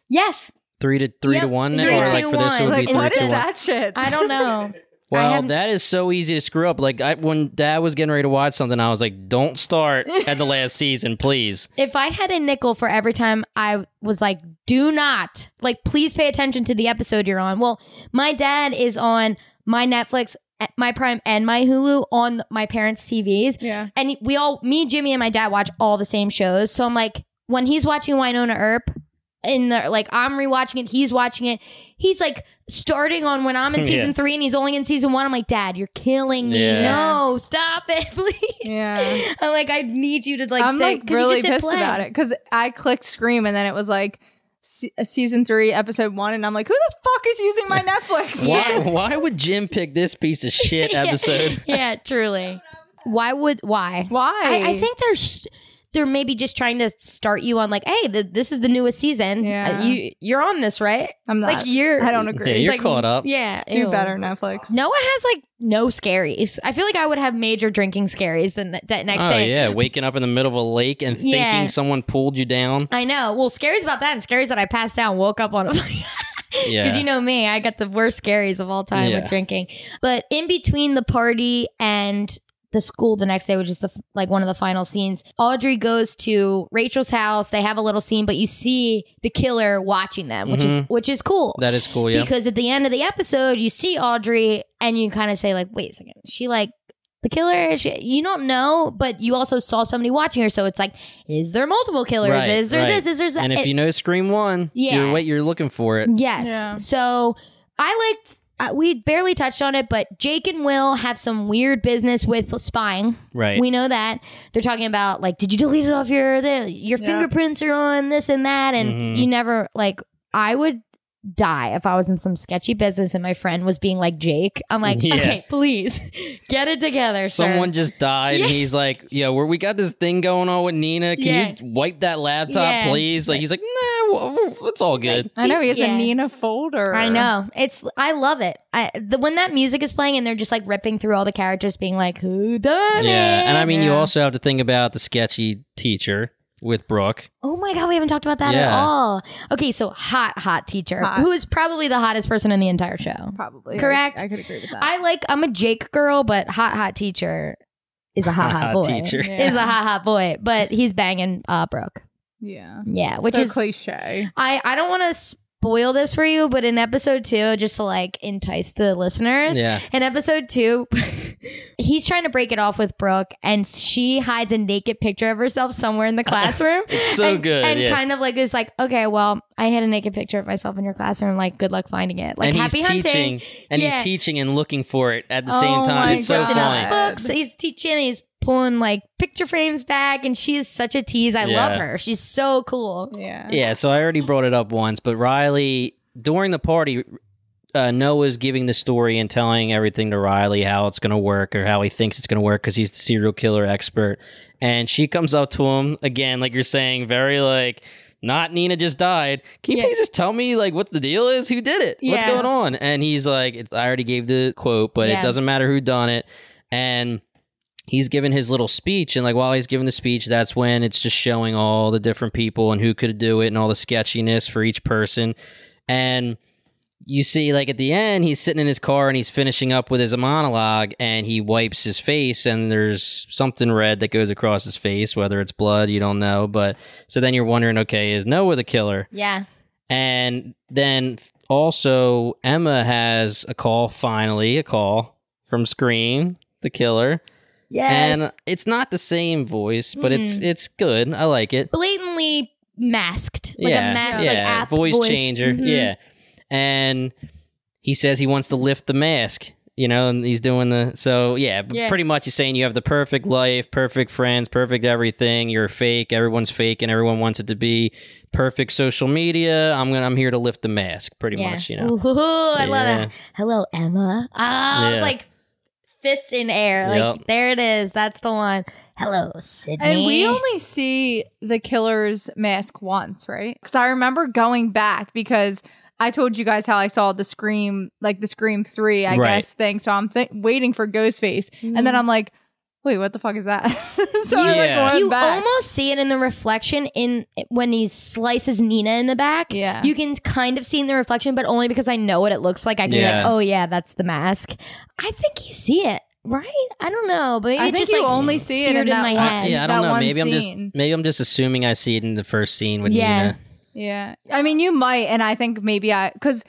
Speaker 3: Yes,
Speaker 2: Three to three to
Speaker 3: Yep,
Speaker 2: one,
Speaker 3: three
Speaker 2: or
Speaker 3: to
Speaker 2: like for this it
Speaker 3: one.
Speaker 2: would be
Speaker 3: Like,
Speaker 2: three
Speaker 4: What
Speaker 2: to
Speaker 4: is
Speaker 2: one.
Speaker 4: that shit?
Speaker 3: I don't know.
Speaker 2: Wow,
Speaker 3: haven't-
Speaker 2: that is so easy to screw up. Like I, when Dad was getting ready to watch something, I was like, "Don't start at the last season, please."
Speaker 3: If I had a nickel for every time I was like, do not, like, please pay attention to the episode you're on. Well, my dad is on my Netflix, eh, my Prime, and my Hulu on my parents' TVs.
Speaker 4: Yeah.
Speaker 3: And we all, me, Jimmy, and my dad watch all the same shows. So I'm like, when he's watching Winona Earp, in the like I'm rewatching it, he's watching it. He's like starting on when I'm in season three and he's only in season one. I'm like, Dad, you're killing me.
Speaker 2: Yeah.
Speaker 3: No, stop it, please.
Speaker 4: Yeah.
Speaker 3: I'm like, I need you to like
Speaker 4: I'm
Speaker 3: say
Speaker 4: like
Speaker 3: 'cause you
Speaker 4: really
Speaker 3: just hit
Speaker 4: pissed
Speaker 3: play.
Speaker 4: about it because I clicked Scream and then it was like se- season three, episode one, and I'm like, who the fuck is using my Netflix?
Speaker 3: Yeah.
Speaker 2: Why, why would Jim pick this piece of shit episode?
Speaker 3: yeah, truly. Why would why?
Speaker 4: Why?
Speaker 3: I, I think there's they're maybe just trying to start you on like, hey, th this is the newest season.
Speaker 4: Yeah.
Speaker 3: Uh, you you're on this, right?
Speaker 4: I'm not.
Speaker 3: Like you're
Speaker 4: I don't
Speaker 2: Yeah,
Speaker 4: agree.
Speaker 2: you're
Speaker 3: like-
Speaker 2: caught up.
Speaker 3: Yeah,
Speaker 4: Do
Speaker 3: ew.
Speaker 4: better, Netflix.
Speaker 3: Noah has like no scaries. I feel like I would have major drinking scaries the ne- that next
Speaker 2: oh
Speaker 3: day.
Speaker 2: yeah, waking up in the middle of a lake and thinking
Speaker 3: Yeah.
Speaker 2: someone pulled you down.
Speaker 3: I know. Well, scaries about that and scaries that I passed out and woke up on.
Speaker 2: Yeah,
Speaker 3: Because you know me, I got the worst scaries of all time
Speaker 2: Yeah.
Speaker 3: with drinking. But in between the party and the school the next day, which is the f- like one of the final scenes, Audrey goes to Rachel's house. They have a little scene, but you see the killer watching them, which
Speaker 2: Mm-hmm.
Speaker 3: is which is cool.
Speaker 2: that is cool. Yeah,
Speaker 3: Because at the end of the episode, you see Audrey and you kind of say like, "Wait a second, is she like the killer?" Is she, you don't know, but you also saw somebody watching her, so it's like, is there multiple killers?
Speaker 2: Right,
Speaker 3: is there
Speaker 2: right.
Speaker 3: this? Is there that?
Speaker 2: and if
Speaker 3: It-
Speaker 2: you know Scream One,
Speaker 3: Yeah. Mm,
Speaker 2: you're what you're looking for it.
Speaker 3: Yes.
Speaker 4: Yeah.
Speaker 3: So I liked. Uh, we barely touched on it, but Jake and Will have some weird business with spying.
Speaker 2: Right.
Speaker 3: We know that they're talking about like, did you delete it off your the, your
Speaker 4: Yeah.
Speaker 3: fingerprints are on this and that, and
Speaker 2: Mhm.
Speaker 3: you never like. I would die if I was in some sketchy business and my friend was being like Jake. I'm like,
Speaker 2: Yeah.
Speaker 3: okay, please get it together. sir."
Speaker 2: Someone just died, and he's like, "Yo, where we got this thing going on with Nina? Can
Speaker 3: Yeah.
Speaker 2: you wipe that laptop,
Speaker 3: Yeah.
Speaker 2: please?" Like he's like, "Nah, well, it's all good."
Speaker 4: I know he has
Speaker 3: Yeah.
Speaker 4: a Nina folder.
Speaker 3: I know it's. I love it. I, the when that music is playing and they're just like ripping through all the characters, being like, "Who done
Speaker 2: yeah, and I mean, you
Speaker 4: Yeah.
Speaker 2: also have to think about the sketchy teacher with Brooke.
Speaker 3: Oh my god, we haven't talked about that at
Speaker 2: Yeah.
Speaker 3: all. Okay, so hot, hot teacher,
Speaker 4: Hot.
Speaker 3: who is probably the hottest person in the entire show.
Speaker 4: Probably
Speaker 3: Correct.
Speaker 4: I, I could agree with that.
Speaker 3: I like. I'm a Jake girl, but hot, hot teacher is a hot, hot
Speaker 2: Hot
Speaker 3: boy.
Speaker 2: teacher.
Speaker 3: is a hot, hot boy, but he's banging uh, Brooke.
Speaker 4: yeah,
Speaker 3: Yeah, which
Speaker 4: so
Speaker 3: is
Speaker 4: cliche.
Speaker 3: I. I don't want to spoil this for you, but in episode two, just to like entice the listeners,
Speaker 2: Yeah,
Speaker 3: in episode two, he's trying to break it off with Brooke, and she hides a naked picture of herself somewhere in the classroom.
Speaker 2: so
Speaker 3: and,
Speaker 2: good,
Speaker 3: And
Speaker 2: yeah.
Speaker 3: kind of like is like, okay, well, I had a naked picture of myself in your classroom. Like, good luck finding it. Like,
Speaker 2: and
Speaker 3: happy
Speaker 2: he's
Speaker 3: hunting.
Speaker 2: teaching, and
Speaker 3: Yeah.
Speaker 2: he's teaching and looking for it at the
Speaker 4: Oh
Speaker 2: same
Speaker 4: my
Speaker 2: time. It's so
Speaker 4: God.
Speaker 3: Lifting
Speaker 2: funny.
Speaker 3: up books. He's teaching. He's pulling like picture frames back, and she is such a tease. I
Speaker 2: Yeah.
Speaker 3: love her. She's so cool.
Speaker 4: Yeah,
Speaker 2: Yeah, so I already brought it up once, but Riley during the party, uh, Noah's giving the story and telling everything to Riley how it's going to work or how he thinks it's going to work because he's the serial killer expert. And she comes up to him again, like you're saying, very like. Not Nina just died. Can you
Speaker 3: Yeah.
Speaker 2: please just tell me like what the deal is? Who did it? What's
Speaker 3: Yeah.
Speaker 2: going on? And he's like, it's, I already gave the quote, but
Speaker 3: Yeah.
Speaker 2: it doesn't matter who done it. And he's giving his little speech and like while he's giving the speech that's when it's just showing all the different people and who could do it and all the sketchiness for each person and you see like at the end he's sitting in his car and he's finishing up with his monologue and he wipes his face and there's something red that goes across his face whether it's blood you don't know but so then you're wondering okay is noah the killer
Speaker 3: Yeah.
Speaker 2: and then also, Emma has a call, finally, a call from Scream, the killer.
Speaker 3: Yes.
Speaker 2: And it's not the same voice, but it's it's good. I like it.
Speaker 3: Blatantly masked, like
Speaker 2: yeah.
Speaker 3: a mask,
Speaker 2: yeah.
Speaker 3: like app
Speaker 2: voice, changer.
Speaker 3: Mhm.
Speaker 2: Yeah. And he says he wants to lift the mask, you know, and he's doing the so yeah, but
Speaker 3: Yeah.
Speaker 2: pretty much he's saying you have the perfect life, perfect friends, perfect everything. You're fake, everyone's fake and everyone wants it to be perfect social media. I'm going to I'm here to lift the mask pretty
Speaker 3: Yeah.
Speaker 2: much, you know.
Speaker 3: Ooh, I love
Speaker 2: Yeah.
Speaker 3: it. Hello, Emma. Ah, I was
Speaker 2: Yeah.
Speaker 3: like fists in air. Like
Speaker 2: Yep.
Speaker 3: there it is. That's the one. Hello, Sydney.
Speaker 4: And we only see the killer's mask once, right? Because I remember going back because I told you guys how I saw the Scream, like the Scream 3, I
Speaker 2: Right.
Speaker 4: guess, thing. So I'm th- waiting for Ghostface. And then
Speaker 3: Mm.
Speaker 4: I'm like, wait, what the fuck is that? so I
Speaker 2: Yeah.
Speaker 4: like went
Speaker 3: you
Speaker 4: back.
Speaker 3: almost see it in the reflection in when he slices Nina in the back.
Speaker 4: Yeah.
Speaker 3: you can kind of see in the reflection, but only because I know what it looks like. I can be
Speaker 2: Yeah.
Speaker 3: like, oh yeah, that's the mask. I think you see it, right? I don't know, but maybe
Speaker 4: I
Speaker 3: it's
Speaker 4: think
Speaker 3: just
Speaker 4: you
Speaker 3: like
Speaker 4: only see it
Speaker 3: seared
Speaker 4: in that
Speaker 3: my
Speaker 4: one-
Speaker 2: I-
Speaker 3: head.
Speaker 2: yeah, I
Speaker 4: that
Speaker 2: don't know.
Speaker 4: one
Speaker 2: Maybe I'm
Speaker 4: scene.
Speaker 2: just maybe I'm just assuming I see it in the first scene uh, with
Speaker 3: Yeah.
Speaker 2: Nina.
Speaker 4: Yeah. I mean, you might. And I think maybe I, because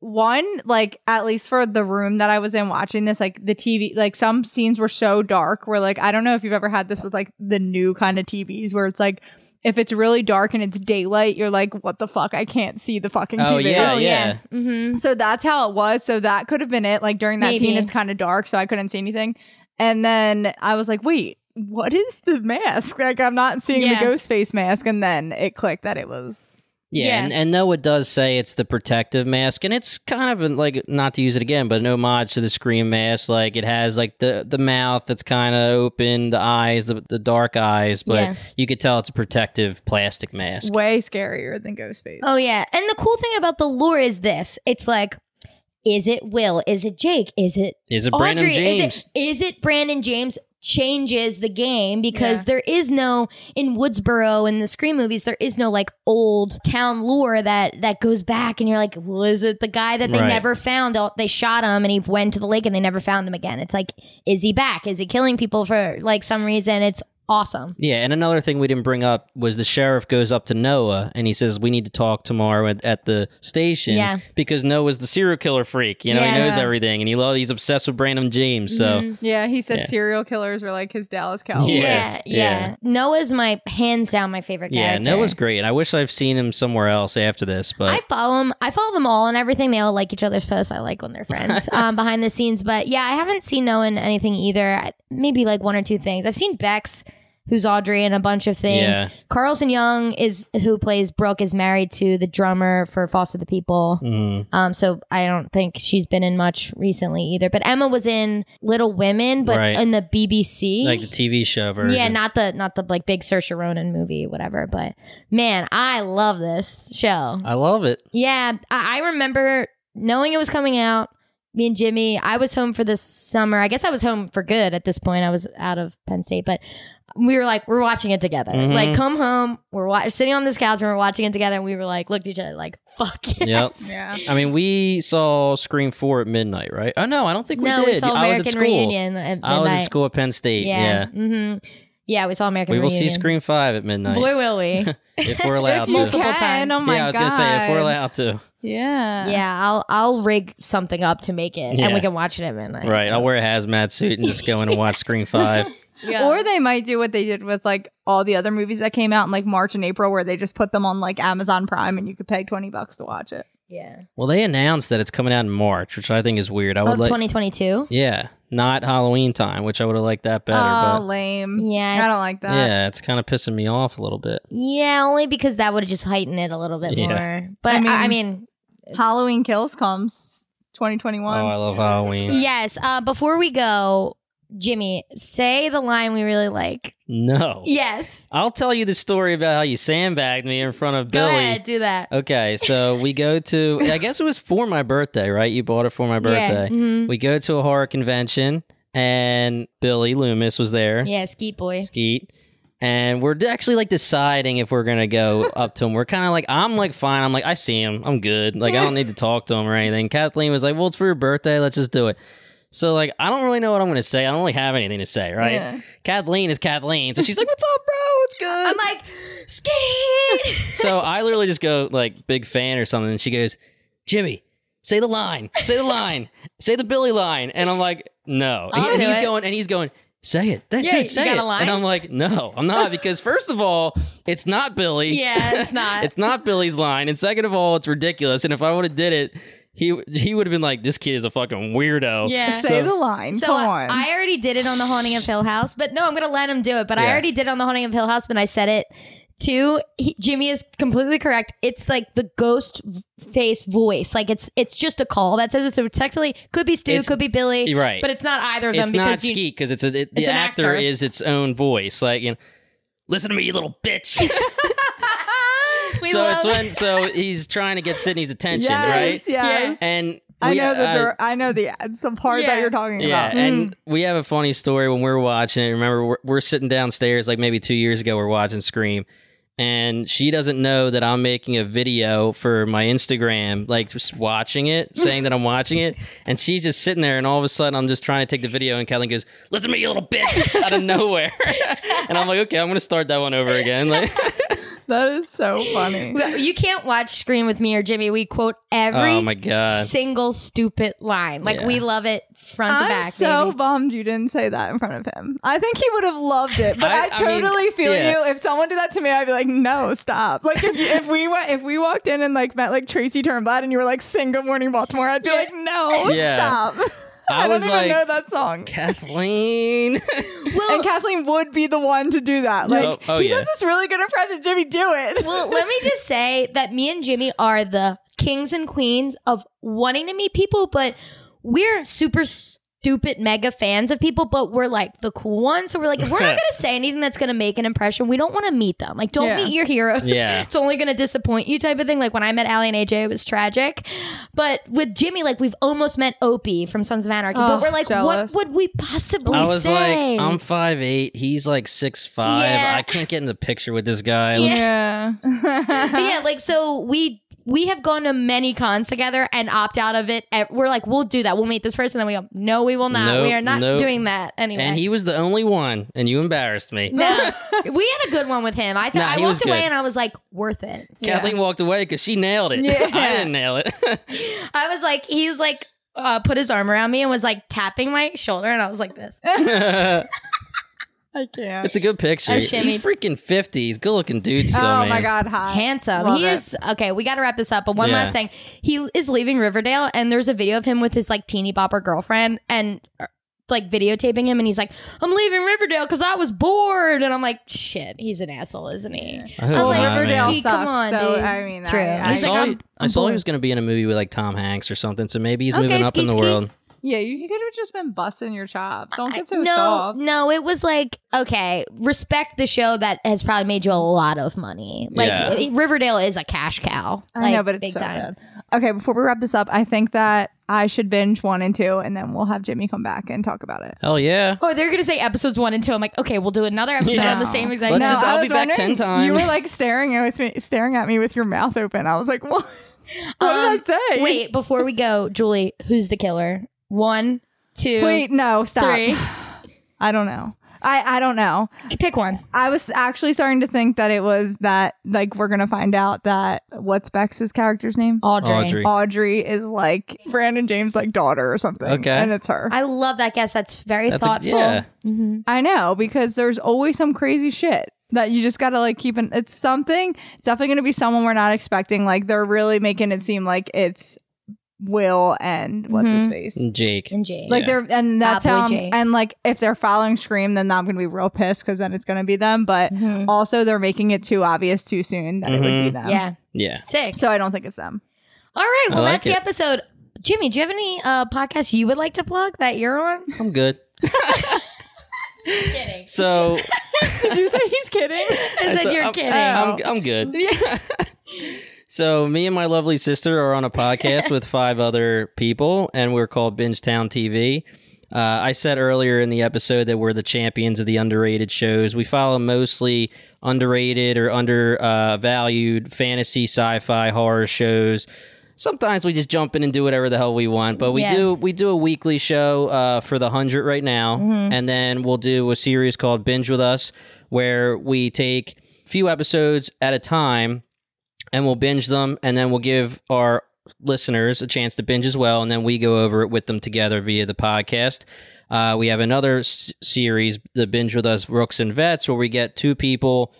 Speaker 4: one, like, at least for the room that I was in watching this, like, the TV, like, some scenes were so dark where, like, I don't know if you've ever had this with, like, the new kind of TVs where it's like, if it's really dark and it's daylight, you're like, what the fuck? I can't see the fucking
Speaker 2: Oh,
Speaker 4: TV.
Speaker 2: yeah, yeah.
Speaker 3: Mm-hmm.
Speaker 4: So that's how it was. So that could have been it. Like during that
Speaker 3: Maybe.
Speaker 4: scene, it's kind of dark, so I couldn't see anything. And then I was like, wait, what is the mask? Like I'm not seeing
Speaker 3: Yeah.
Speaker 4: the ghost face mask. And then it clicked that it was.
Speaker 2: Yeah,
Speaker 3: Yeah.
Speaker 2: And, and Noah does say it's the protective mask, and it's kind of an- like not to use it again, but an homage to the Scream mask. Like it has like the the mouth that's kind of open, the eyes, the, the dark eyes, but
Speaker 3: Yeah.
Speaker 2: you could tell it's a protective plastic mask.
Speaker 4: Way scarier than ghost face.
Speaker 3: Oh yeah. And the cool thing about the lore is this. It's like is it Will? Is it Jake? Is it
Speaker 2: Is it Brandon
Speaker 3: Audrey?
Speaker 2: James?
Speaker 3: Is it, is it Brandon James changes the game because
Speaker 4: Yeah.
Speaker 3: there is no in Woodsboro in the Scream movies there is no like old town lore that that goes back and you're like well is it the guy that they
Speaker 2: Right.
Speaker 3: never found Oh, they shot him and he went to the lake and they never found him again it's like is he back is he killing people for like some reason it's awesome
Speaker 2: Yeah, and another thing we didn't bring up was the sheriff goes up to Noah and he says, "We need to talk tomorrow at, at the station."
Speaker 3: Yeah.
Speaker 2: because Noah's the serial killer freak. You know,
Speaker 3: Yeah. Mm-hmm.
Speaker 2: he knows everything, and he lo- he's obsessed with Brandon James. So
Speaker 4: Yeah, he said
Speaker 2: Yeah.
Speaker 4: serial killers are like his Dallas Cowboys.
Speaker 2: Yes,
Speaker 3: yeah, yeah
Speaker 2: yeah.
Speaker 3: Noah's my hands down my favorite
Speaker 2: yeah,
Speaker 3: character
Speaker 2: Noah's great. I wish I've seen him somewhere else after this, but
Speaker 3: I follow them. I follow them all and everything. They all like each other's posts. I like when they're friends um, behind the scenes. But yeah, I haven't seen Noah in anything either. I- Maybe like one or two things. I've seen Bex, who's Audrey, and a bunch of things.
Speaker 2: Yeah.
Speaker 3: Carlson Young is who plays Brooke is married to the drummer for Foster the People.
Speaker 2: Mm.
Speaker 3: Um, so I don't think she's been in much recently either. But Emma was in Little Women, but
Speaker 2: Right.
Speaker 3: in the BBC.
Speaker 2: like the TV show version.
Speaker 3: Yeah, not the not the like big Saoirse Ronan movie, whatever. But man, I love this show.
Speaker 2: I love it.
Speaker 3: Yeah, I, I remember knowing it was coming out. Me and Jimmy, I was home for this summer. I guess I was home for good at this point. I was out of Penn State, but we were like, we're watching it together.
Speaker 2: Mhm.
Speaker 3: Like, come home. We're wa- sitting on this couch and we're watching it together. And we were like, looked at each other like, fuck yes.
Speaker 2: Yep.
Speaker 4: Yeah.
Speaker 2: I mean, we saw Scream Four at midnight, right? Oh no, I don't think we
Speaker 3: no,
Speaker 2: did.
Speaker 3: we
Speaker 2: I
Speaker 3: saw
Speaker 2: was
Speaker 3: American
Speaker 2: at school.
Speaker 3: Reunion at midnight.
Speaker 2: I was at school at Penn State. Yeah,
Speaker 3: Yeah. hmm yeah, we saw American
Speaker 2: we will
Speaker 3: Reunion.
Speaker 2: see Scream Five at midnight
Speaker 3: Boy, will we.
Speaker 2: if we're
Speaker 4: If
Speaker 2: allowed
Speaker 4: you
Speaker 2: to.
Speaker 3: Multiple
Speaker 4: can,
Speaker 3: times.
Speaker 4: oh my
Speaker 2: yeah, I was
Speaker 4: god.
Speaker 2: gonna say if we're allowed to.
Speaker 4: yeah.
Speaker 3: yeah, I'll I'll rig something up to make it, and
Speaker 2: Yeah.
Speaker 3: we can watch it at midnight.
Speaker 2: Right, I'll wear a hazmat suit and just go in and watch Scream Five.
Speaker 3: Yeah.
Speaker 4: Or they might do what they did with like all the other movies that came out in like March and April, where they just put them on like Amazon Prime and you could pay twenty bucks to watch it.
Speaker 3: yeah.
Speaker 2: Well, they announced that it's coming out in March, which I think is weird. I would
Speaker 3: Of
Speaker 2: like,
Speaker 3: 2022.
Speaker 2: yeah, not Halloween time, which I would have liked that better.
Speaker 4: oh,
Speaker 2: but
Speaker 4: lame.
Speaker 3: Yeah.
Speaker 4: I don't like that.
Speaker 2: yeah, it's kind of pissing me off a little bit.
Speaker 3: Yeah, only because that would have just heightened it a little bit
Speaker 2: Yeah.
Speaker 3: more. But I
Speaker 4: I
Speaker 3: mean,
Speaker 4: mean-
Speaker 3: I, mean
Speaker 4: Halloween Kills comes twenty twenty
Speaker 2: Oh, I
Speaker 4: one.
Speaker 2: love Halloween.
Speaker 3: yes. Uh, before we go, Jimmy, say the line we really like.
Speaker 2: No.
Speaker 3: Yes,
Speaker 2: I'll tell you the story about how you sandbagged me in front of
Speaker 3: go
Speaker 2: Billy.
Speaker 3: ahead, do that.
Speaker 2: Okay, so we go to, I guess it was for my birthday, right? You bought it for my
Speaker 3: Yeah,
Speaker 2: birthday.
Speaker 3: mhm.
Speaker 2: We go to a horror convention, and Billy Loomis was there,
Speaker 3: yeah, Skeet Boy.
Speaker 2: Skeet. And we're actually like deciding if we're going to go up to him. We're kind of like, I'm like, fine. I'm like, I see him. I'm good. Like, I don't need to talk to him or anything. Kathleen was like, well, it's for your birthday. Let's just do it. So, like, I don't really know what I'm going to say. I don't really have anything to say, right?
Speaker 4: Yeah.
Speaker 2: Kathleen is Kathleen. So she's like, what's up, bro? What's good?
Speaker 3: I'm like Skeet.
Speaker 2: So I literally just go like big fan or something, and she goes, Jimmy, say the line, say the line, say the Billy line, and I'm like, no,
Speaker 3: I'll
Speaker 2: and
Speaker 3: do
Speaker 2: he's
Speaker 3: it.
Speaker 2: going, and he's going. Say it, that
Speaker 3: Yeah, you
Speaker 2: dude. Say
Speaker 3: got a
Speaker 2: it,
Speaker 3: line?
Speaker 2: and I'm like, no, I'm not, because first of all, it's not Billy.
Speaker 3: Yeah, it's not.
Speaker 2: it's not Billy's line, and second of all, it's ridiculous. And if I would have did it, he he would have been like, this kid is a fucking weirdo.
Speaker 3: Yeah.
Speaker 4: Say the line.
Speaker 3: So
Speaker 4: Come
Speaker 3: I,
Speaker 4: on.
Speaker 3: I already did it on the Haunting of Hill House, but no, I'm gonna let him do it. But I
Speaker 2: Yeah.
Speaker 3: already did it on the Haunting of Hill House, but I said it too. He, Jimmy is completely correct. It's like the ghost v- face voice, like it's it's just a call that says it. So it's technically could be Stu,
Speaker 2: It's-
Speaker 3: could be Billy,
Speaker 2: you're right.
Speaker 3: But it's not either of them
Speaker 2: It's
Speaker 3: because
Speaker 2: not
Speaker 3: you,
Speaker 2: Skeet because it's a, it, the
Speaker 3: It's an
Speaker 2: actor,
Speaker 3: actor.
Speaker 2: is its own voice. Like, you know, listen to me, you little bitch.
Speaker 3: we
Speaker 2: so
Speaker 3: love-
Speaker 2: it's when so he's trying to get Sydney's attention,
Speaker 4: yes,
Speaker 2: right?
Speaker 4: yes.
Speaker 2: And we,
Speaker 4: I know the
Speaker 2: uh,
Speaker 4: dir- I know the some part
Speaker 3: Yeah.
Speaker 4: that you're talking
Speaker 2: yeah,
Speaker 4: about.
Speaker 2: and
Speaker 4: Hmm.
Speaker 2: we have a funny story when we were watching it. Remember, we're, we're sitting downstairs like maybe two years ago. We're watching Scream, and she doesn't know that I'm making a video for my Instagram, like just watching it, saying that I'm watching it, and she's just sitting there. And all of a sudden, I'm just trying to take the video, and Kathleen goes, "Listen to me, you little bitch!" out of nowhere, and I'm like, "Okay, I'm gonna start that one over again." Like,
Speaker 4: That is so funny.
Speaker 3: You can't watch Scream with me or Jimmy. We quote every
Speaker 2: Oh my god.
Speaker 3: single stupid line. Like
Speaker 2: Yeah.
Speaker 3: we love it front to
Speaker 4: I'm
Speaker 3: back.
Speaker 4: so
Speaker 3: baby.
Speaker 4: bummed you didn't say that in front of him. I think he would have loved it, but
Speaker 2: I-
Speaker 4: I,
Speaker 2: I mean,
Speaker 4: totally feel
Speaker 2: yeah.
Speaker 4: you. If someone did that to me, I'd be like, "No, stop!" Like if, you, if we went, if we walked in and like met like Tracy Turnblad, and you were like, "Sing Good Morning Baltimore," I'd be like, "No,
Speaker 2: Yeah.
Speaker 4: stop!" I, don't
Speaker 2: was
Speaker 4: even
Speaker 2: like
Speaker 4: know that song.
Speaker 2: Kathleen.
Speaker 3: Well,
Speaker 4: and Kathleen would be the one to do that. Like
Speaker 2: Oh, oh,
Speaker 4: he
Speaker 2: yeah.
Speaker 4: does this really good impression. Jimmy, do it.
Speaker 3: well, let me just say that me and Jimmy are the kings and queens of wanting to meet people, but we're super stupid mega fans of people, but we're like the cool ones. So we're like, we're not going to say anything that's going to make an impression. We don't want to meet them. Like, don't
Speaker 4: Yeah.
Speaker 3: meet your heroes.
Speaker 2: Yeah.
Speaker 3: it's only going to disappoint you type of thing. Like when I met Allie and AJ, it was tragic. But with Jimmy, like we've almost met Opie from Sons of Anarchy, but
Speaker 4: Oh,
Speaker 3: we're like,
Speaker 4: jealous.
Speaker 3: what would we possibly
Speaker 2: I was
Speaker 3: say?
Speaker 2: like, I'm five eight. He's like six five.
Speaker 3: Yeah.
Speaker 2: I can't get in the picture with this guy. Let me-
Speaker 4: Yeah.
Speaker 3: But yeah, like so we we have gone to many cons together and opt out of it. And We're like, we'll do that. We'll meet this person. Then we go, no, we will not.
Speaker 2: Nope,
Speaker 3: we are not
Speaker 2: nope.
Speaker 3: doing that anyway.
Speaker 2: And he was the only one, and you embarrassed me.
Speaker 3: no, we had a good one with him. I thought
Speaker 2: Nah,
Speaker 3: I
Speaker 2: he was
Speaker 3: walked away
Speaker 2: good.
Speaker 3: and I was like, worth it.
Speaker 2: Kathleen walked away because she nailed it.
Speaker 4: Yeah.
Speaker 2: I didn't nail it.
Speaker 3: I was like, he's like, uh, put his arm around me and was like tapping my shoulder, and I was like, this.
Speaker 4: I can't.
Speaker 2: it's a good picture.
Speaker 3: I
Speaker 2: He's
Speaker 3: shimmied.
Speaker 2: freaking fifty. He's good looking dude still.
Speaker 4: oh
Speaker 2: man.
Speaker 4: my god, hi.
Speaker 3: Handsome.
Speaker 4: Love
Speaker 3: he
Speaker 4: it.
Speaker 3: is okay. We got to wrap this up, but one
Speaker 2: Yeah.
Speaker 3: last thing. He is leaving Riverdale, and there's a video of him with his like teeny bopper girlfriend, and uh, like videotaping him, and he's like, "I'm leaving Riverdale because I was bored," and I'm like, "Shit, he's an asshole, isn't he?"
Speaker 2: I hope
Speaker 3: I was like,
Speaker 2: not, man.
Speaker 3: Riverdale
Speaker 4: Riverdale
Speaker 3: Steve, come
Speaker 4: sucks.
Speaker 3: on,
Speaker 4: so
Speaker 3: dude.
Speaker 4: I mean,
Speaker 3: True.
Speaker 4: I,
Speaker 2: I
Speaker 4: I,
Speaker 3: He's like,
Speaker 2: saw,
Speaker 3: I'm-
Speaker 2: he, I
Speaker 3: I'm
Speaker 2: saw he
Speaker 3: bored.
Speaker 2: was going to be in a movie with like Tom Hanks or something, so maybe he's
Speaker 3: Okay,
Speaker 2: moving up in the
Speaker 3: skeet, skeet.
Speaker 2: world.
Speaker 4: yeah, you could have just been busting your chops. Don't get so
Speaker 3: no,
Speaker 4: soft.
Speaker 3: no, it was like okay, respect the show that has probably made you a lot of money. Like
Speaker 2: Yeah.
Speaker 3: it- Riverdale is a cash cow.
Speaker 4: I
Speaker 3: like,
Speaker 4: know, but it's
Speaker 3: big
Speaker 4: so
Speaker 3: time.
Speaker 4: good. Okay, before we wrap this up, I think that I should binge one and two, and then we'll have Jimmy come back and talk about it.
Speaker 2: Hell yeah.
Speaker 3: Oh, they're gonna say episodes one and two. I'm like, okay, we'll do another episode
Speaker 2: Yeah.
Speaker 3: on the same exact.
Speaker 2: Let's
Speaker 3: No.
Speaker 2: just-
Speaker 4: I
Speaker 2: I'll be
Speaker 4: was
Speaker 2: back 10
Speaker 4: wondering- You were
Speaker 2: times.
Speaker 4: like staring at with me, staring at me with your mouth open. I was like, "What? What
Speaker 3: Um,
Speaker 4: did I say?"
Speaker 3: Wait, before we go, Julie, who's the killer? One, two,
Speaker 4: wait, no, stop.
Speaker 3: three.
Speaker 4: I don't know. I I don't know.
Speaker 3: Pick one.
Speaker 4: I was actually starting to think that it was that like we're gonna find out that what's Bex's character's name?
Speaker 3: Audrey.
Speaker 2: Audrey.
Speaker 4: Audrey is like Brandon James' like daughter or something.
Speaker 2: Okay.
Speaker 4: and it's her.
Speaker 3: I love that guess. That's very
Speaker 2: That's a-
Speaker 3: thoughtful.
Speaker 2: yeah.
Speaker 4: I know because there's always some crazy shit that you just gotta like keep an. It's something. It's definitely gonna be someone we're not expecting. Like they're really making it seem like it's Will and what's his face.
Speaker 2: Jake.
Speaker 3: And Jay.
Speaker 4: Like they're and that's
Speaker 3: boy
Speaker 4: how I'm-
Speaker 3: Jay.
Speaker 4: and like if they're following Scream, then I'm gonna be real pissed because then it's gonna be them. But also they're making it too obvious too soon that it would be them.
Speaker 3: yeah.
Speaker 2: Yeah.
Speaker 3: Sick.
Speaker 4: So I don't think it's them.
Speaker 3: All right. Well,
Speaker 2: like
Speaker 3: that's the
Speaker 2: it.
Speaker 3: episode. Jimmy, do you have any uh, podcasts you would like to plug that you're on?
Speaker 2: I'm good. So
Speaker 4: Did you say he's kidding?
Speaker 3: I said
Speaker 2: so
Speaker 3: you're
Speaker 2: I'm,
Speaker 3: kidding. Oh.
Speaker 2: I'm, I'm good. so me and my lovely sister are on a podcast with five other people, and we're called Bingetown TV. Uh, I said earlier in the episode that we're the champions of the underrated shows. We follow mostly underrated or undervalued fantasy, sci-fi, horror shows. Sometimes we just jump in and do whatever the hell we want, but we
Speaker 3: Yeah.
Speaker 2: do we do a weekly show uh, for the hundred right now, and then we'll do a series called Binge with Us, where we take few episodes at a time and we'll binge them and then we'll give our listeners a chance to binge as well and then we go over it with them together via the podcast uh, we have another s- series the binge with us rooks and vets where we get two people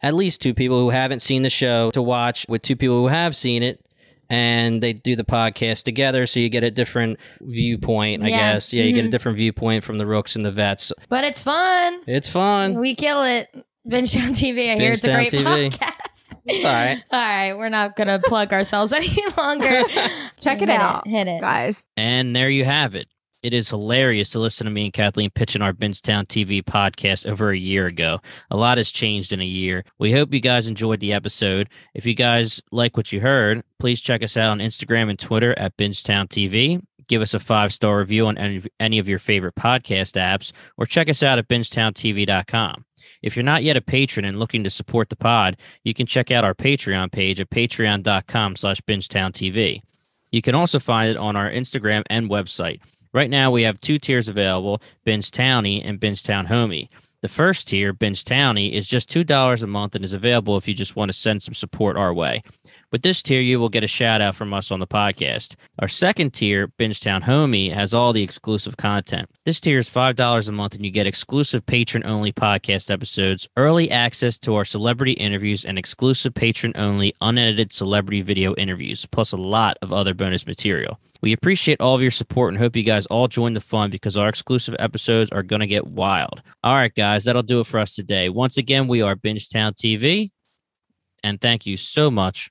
Speaker 2: at least two people who haven't seen the show to watch with two people who have seen it and they do the podcast together so you get a different viewpoint i
Speaker 3: Yeah.
Speaker 2: guess yeah you get a different viewpoint from the rooks and the vets
Speaker 3: but it's fun.
Speaker 2: it's fun
Speaker 3: We kill it. Benchtown TV. I hear it's a
Speaker 2: Benchtown TV.
Speaker 3: great podcast.
Speaker 2: it's all right
Speaker 3: All right. We're not going to plug ourselves any longer.
Speaker 4: Check it
Speaker 3: Hit
Speaker 4: out,
Speaker 3: Hit it.
Speaker 4: guys.
Speaker 2: And there you have it. It is hilarious to listen to me and Kathleen pitching our Benstown TV podcast over a year ago. A lot has changed in a year. We hope you guys enjoyed the episode. If you guys like what you heard, please check us out on Instagram and Twitter at Benstown TV. Give us a five star review on any, any of your favorite podcast apps, or check us out at BingetownTV.com. If you're not yet a patron and looking to support the pod, you can check out our Patreon page at patreon.com slash BingetownTV. You can also find it on our Instagram and website. Right now, we have two tiers available Ben's Townie and Ben's Town Homie. The first tier, Binge Townie, is just $2 a month and is available if you just want to send some support our way. With this tier, you will get a shout out from us on the podcast. Our second tier, Bingetown Homie, has all the exclusive content. This tier is $5 a month and you get exclusive patron only podcast episodes, early access to our celebrity interviews, and exclusive patron only unedited celebrity video interviews, plus a lot of other bonus material. We appreciate all of your support and hope you guys all join the fun because our exclusive episodes are going to get wild. All right, guys, that'll do it for us today. Once again, we are Bingetown TV, and thank you so much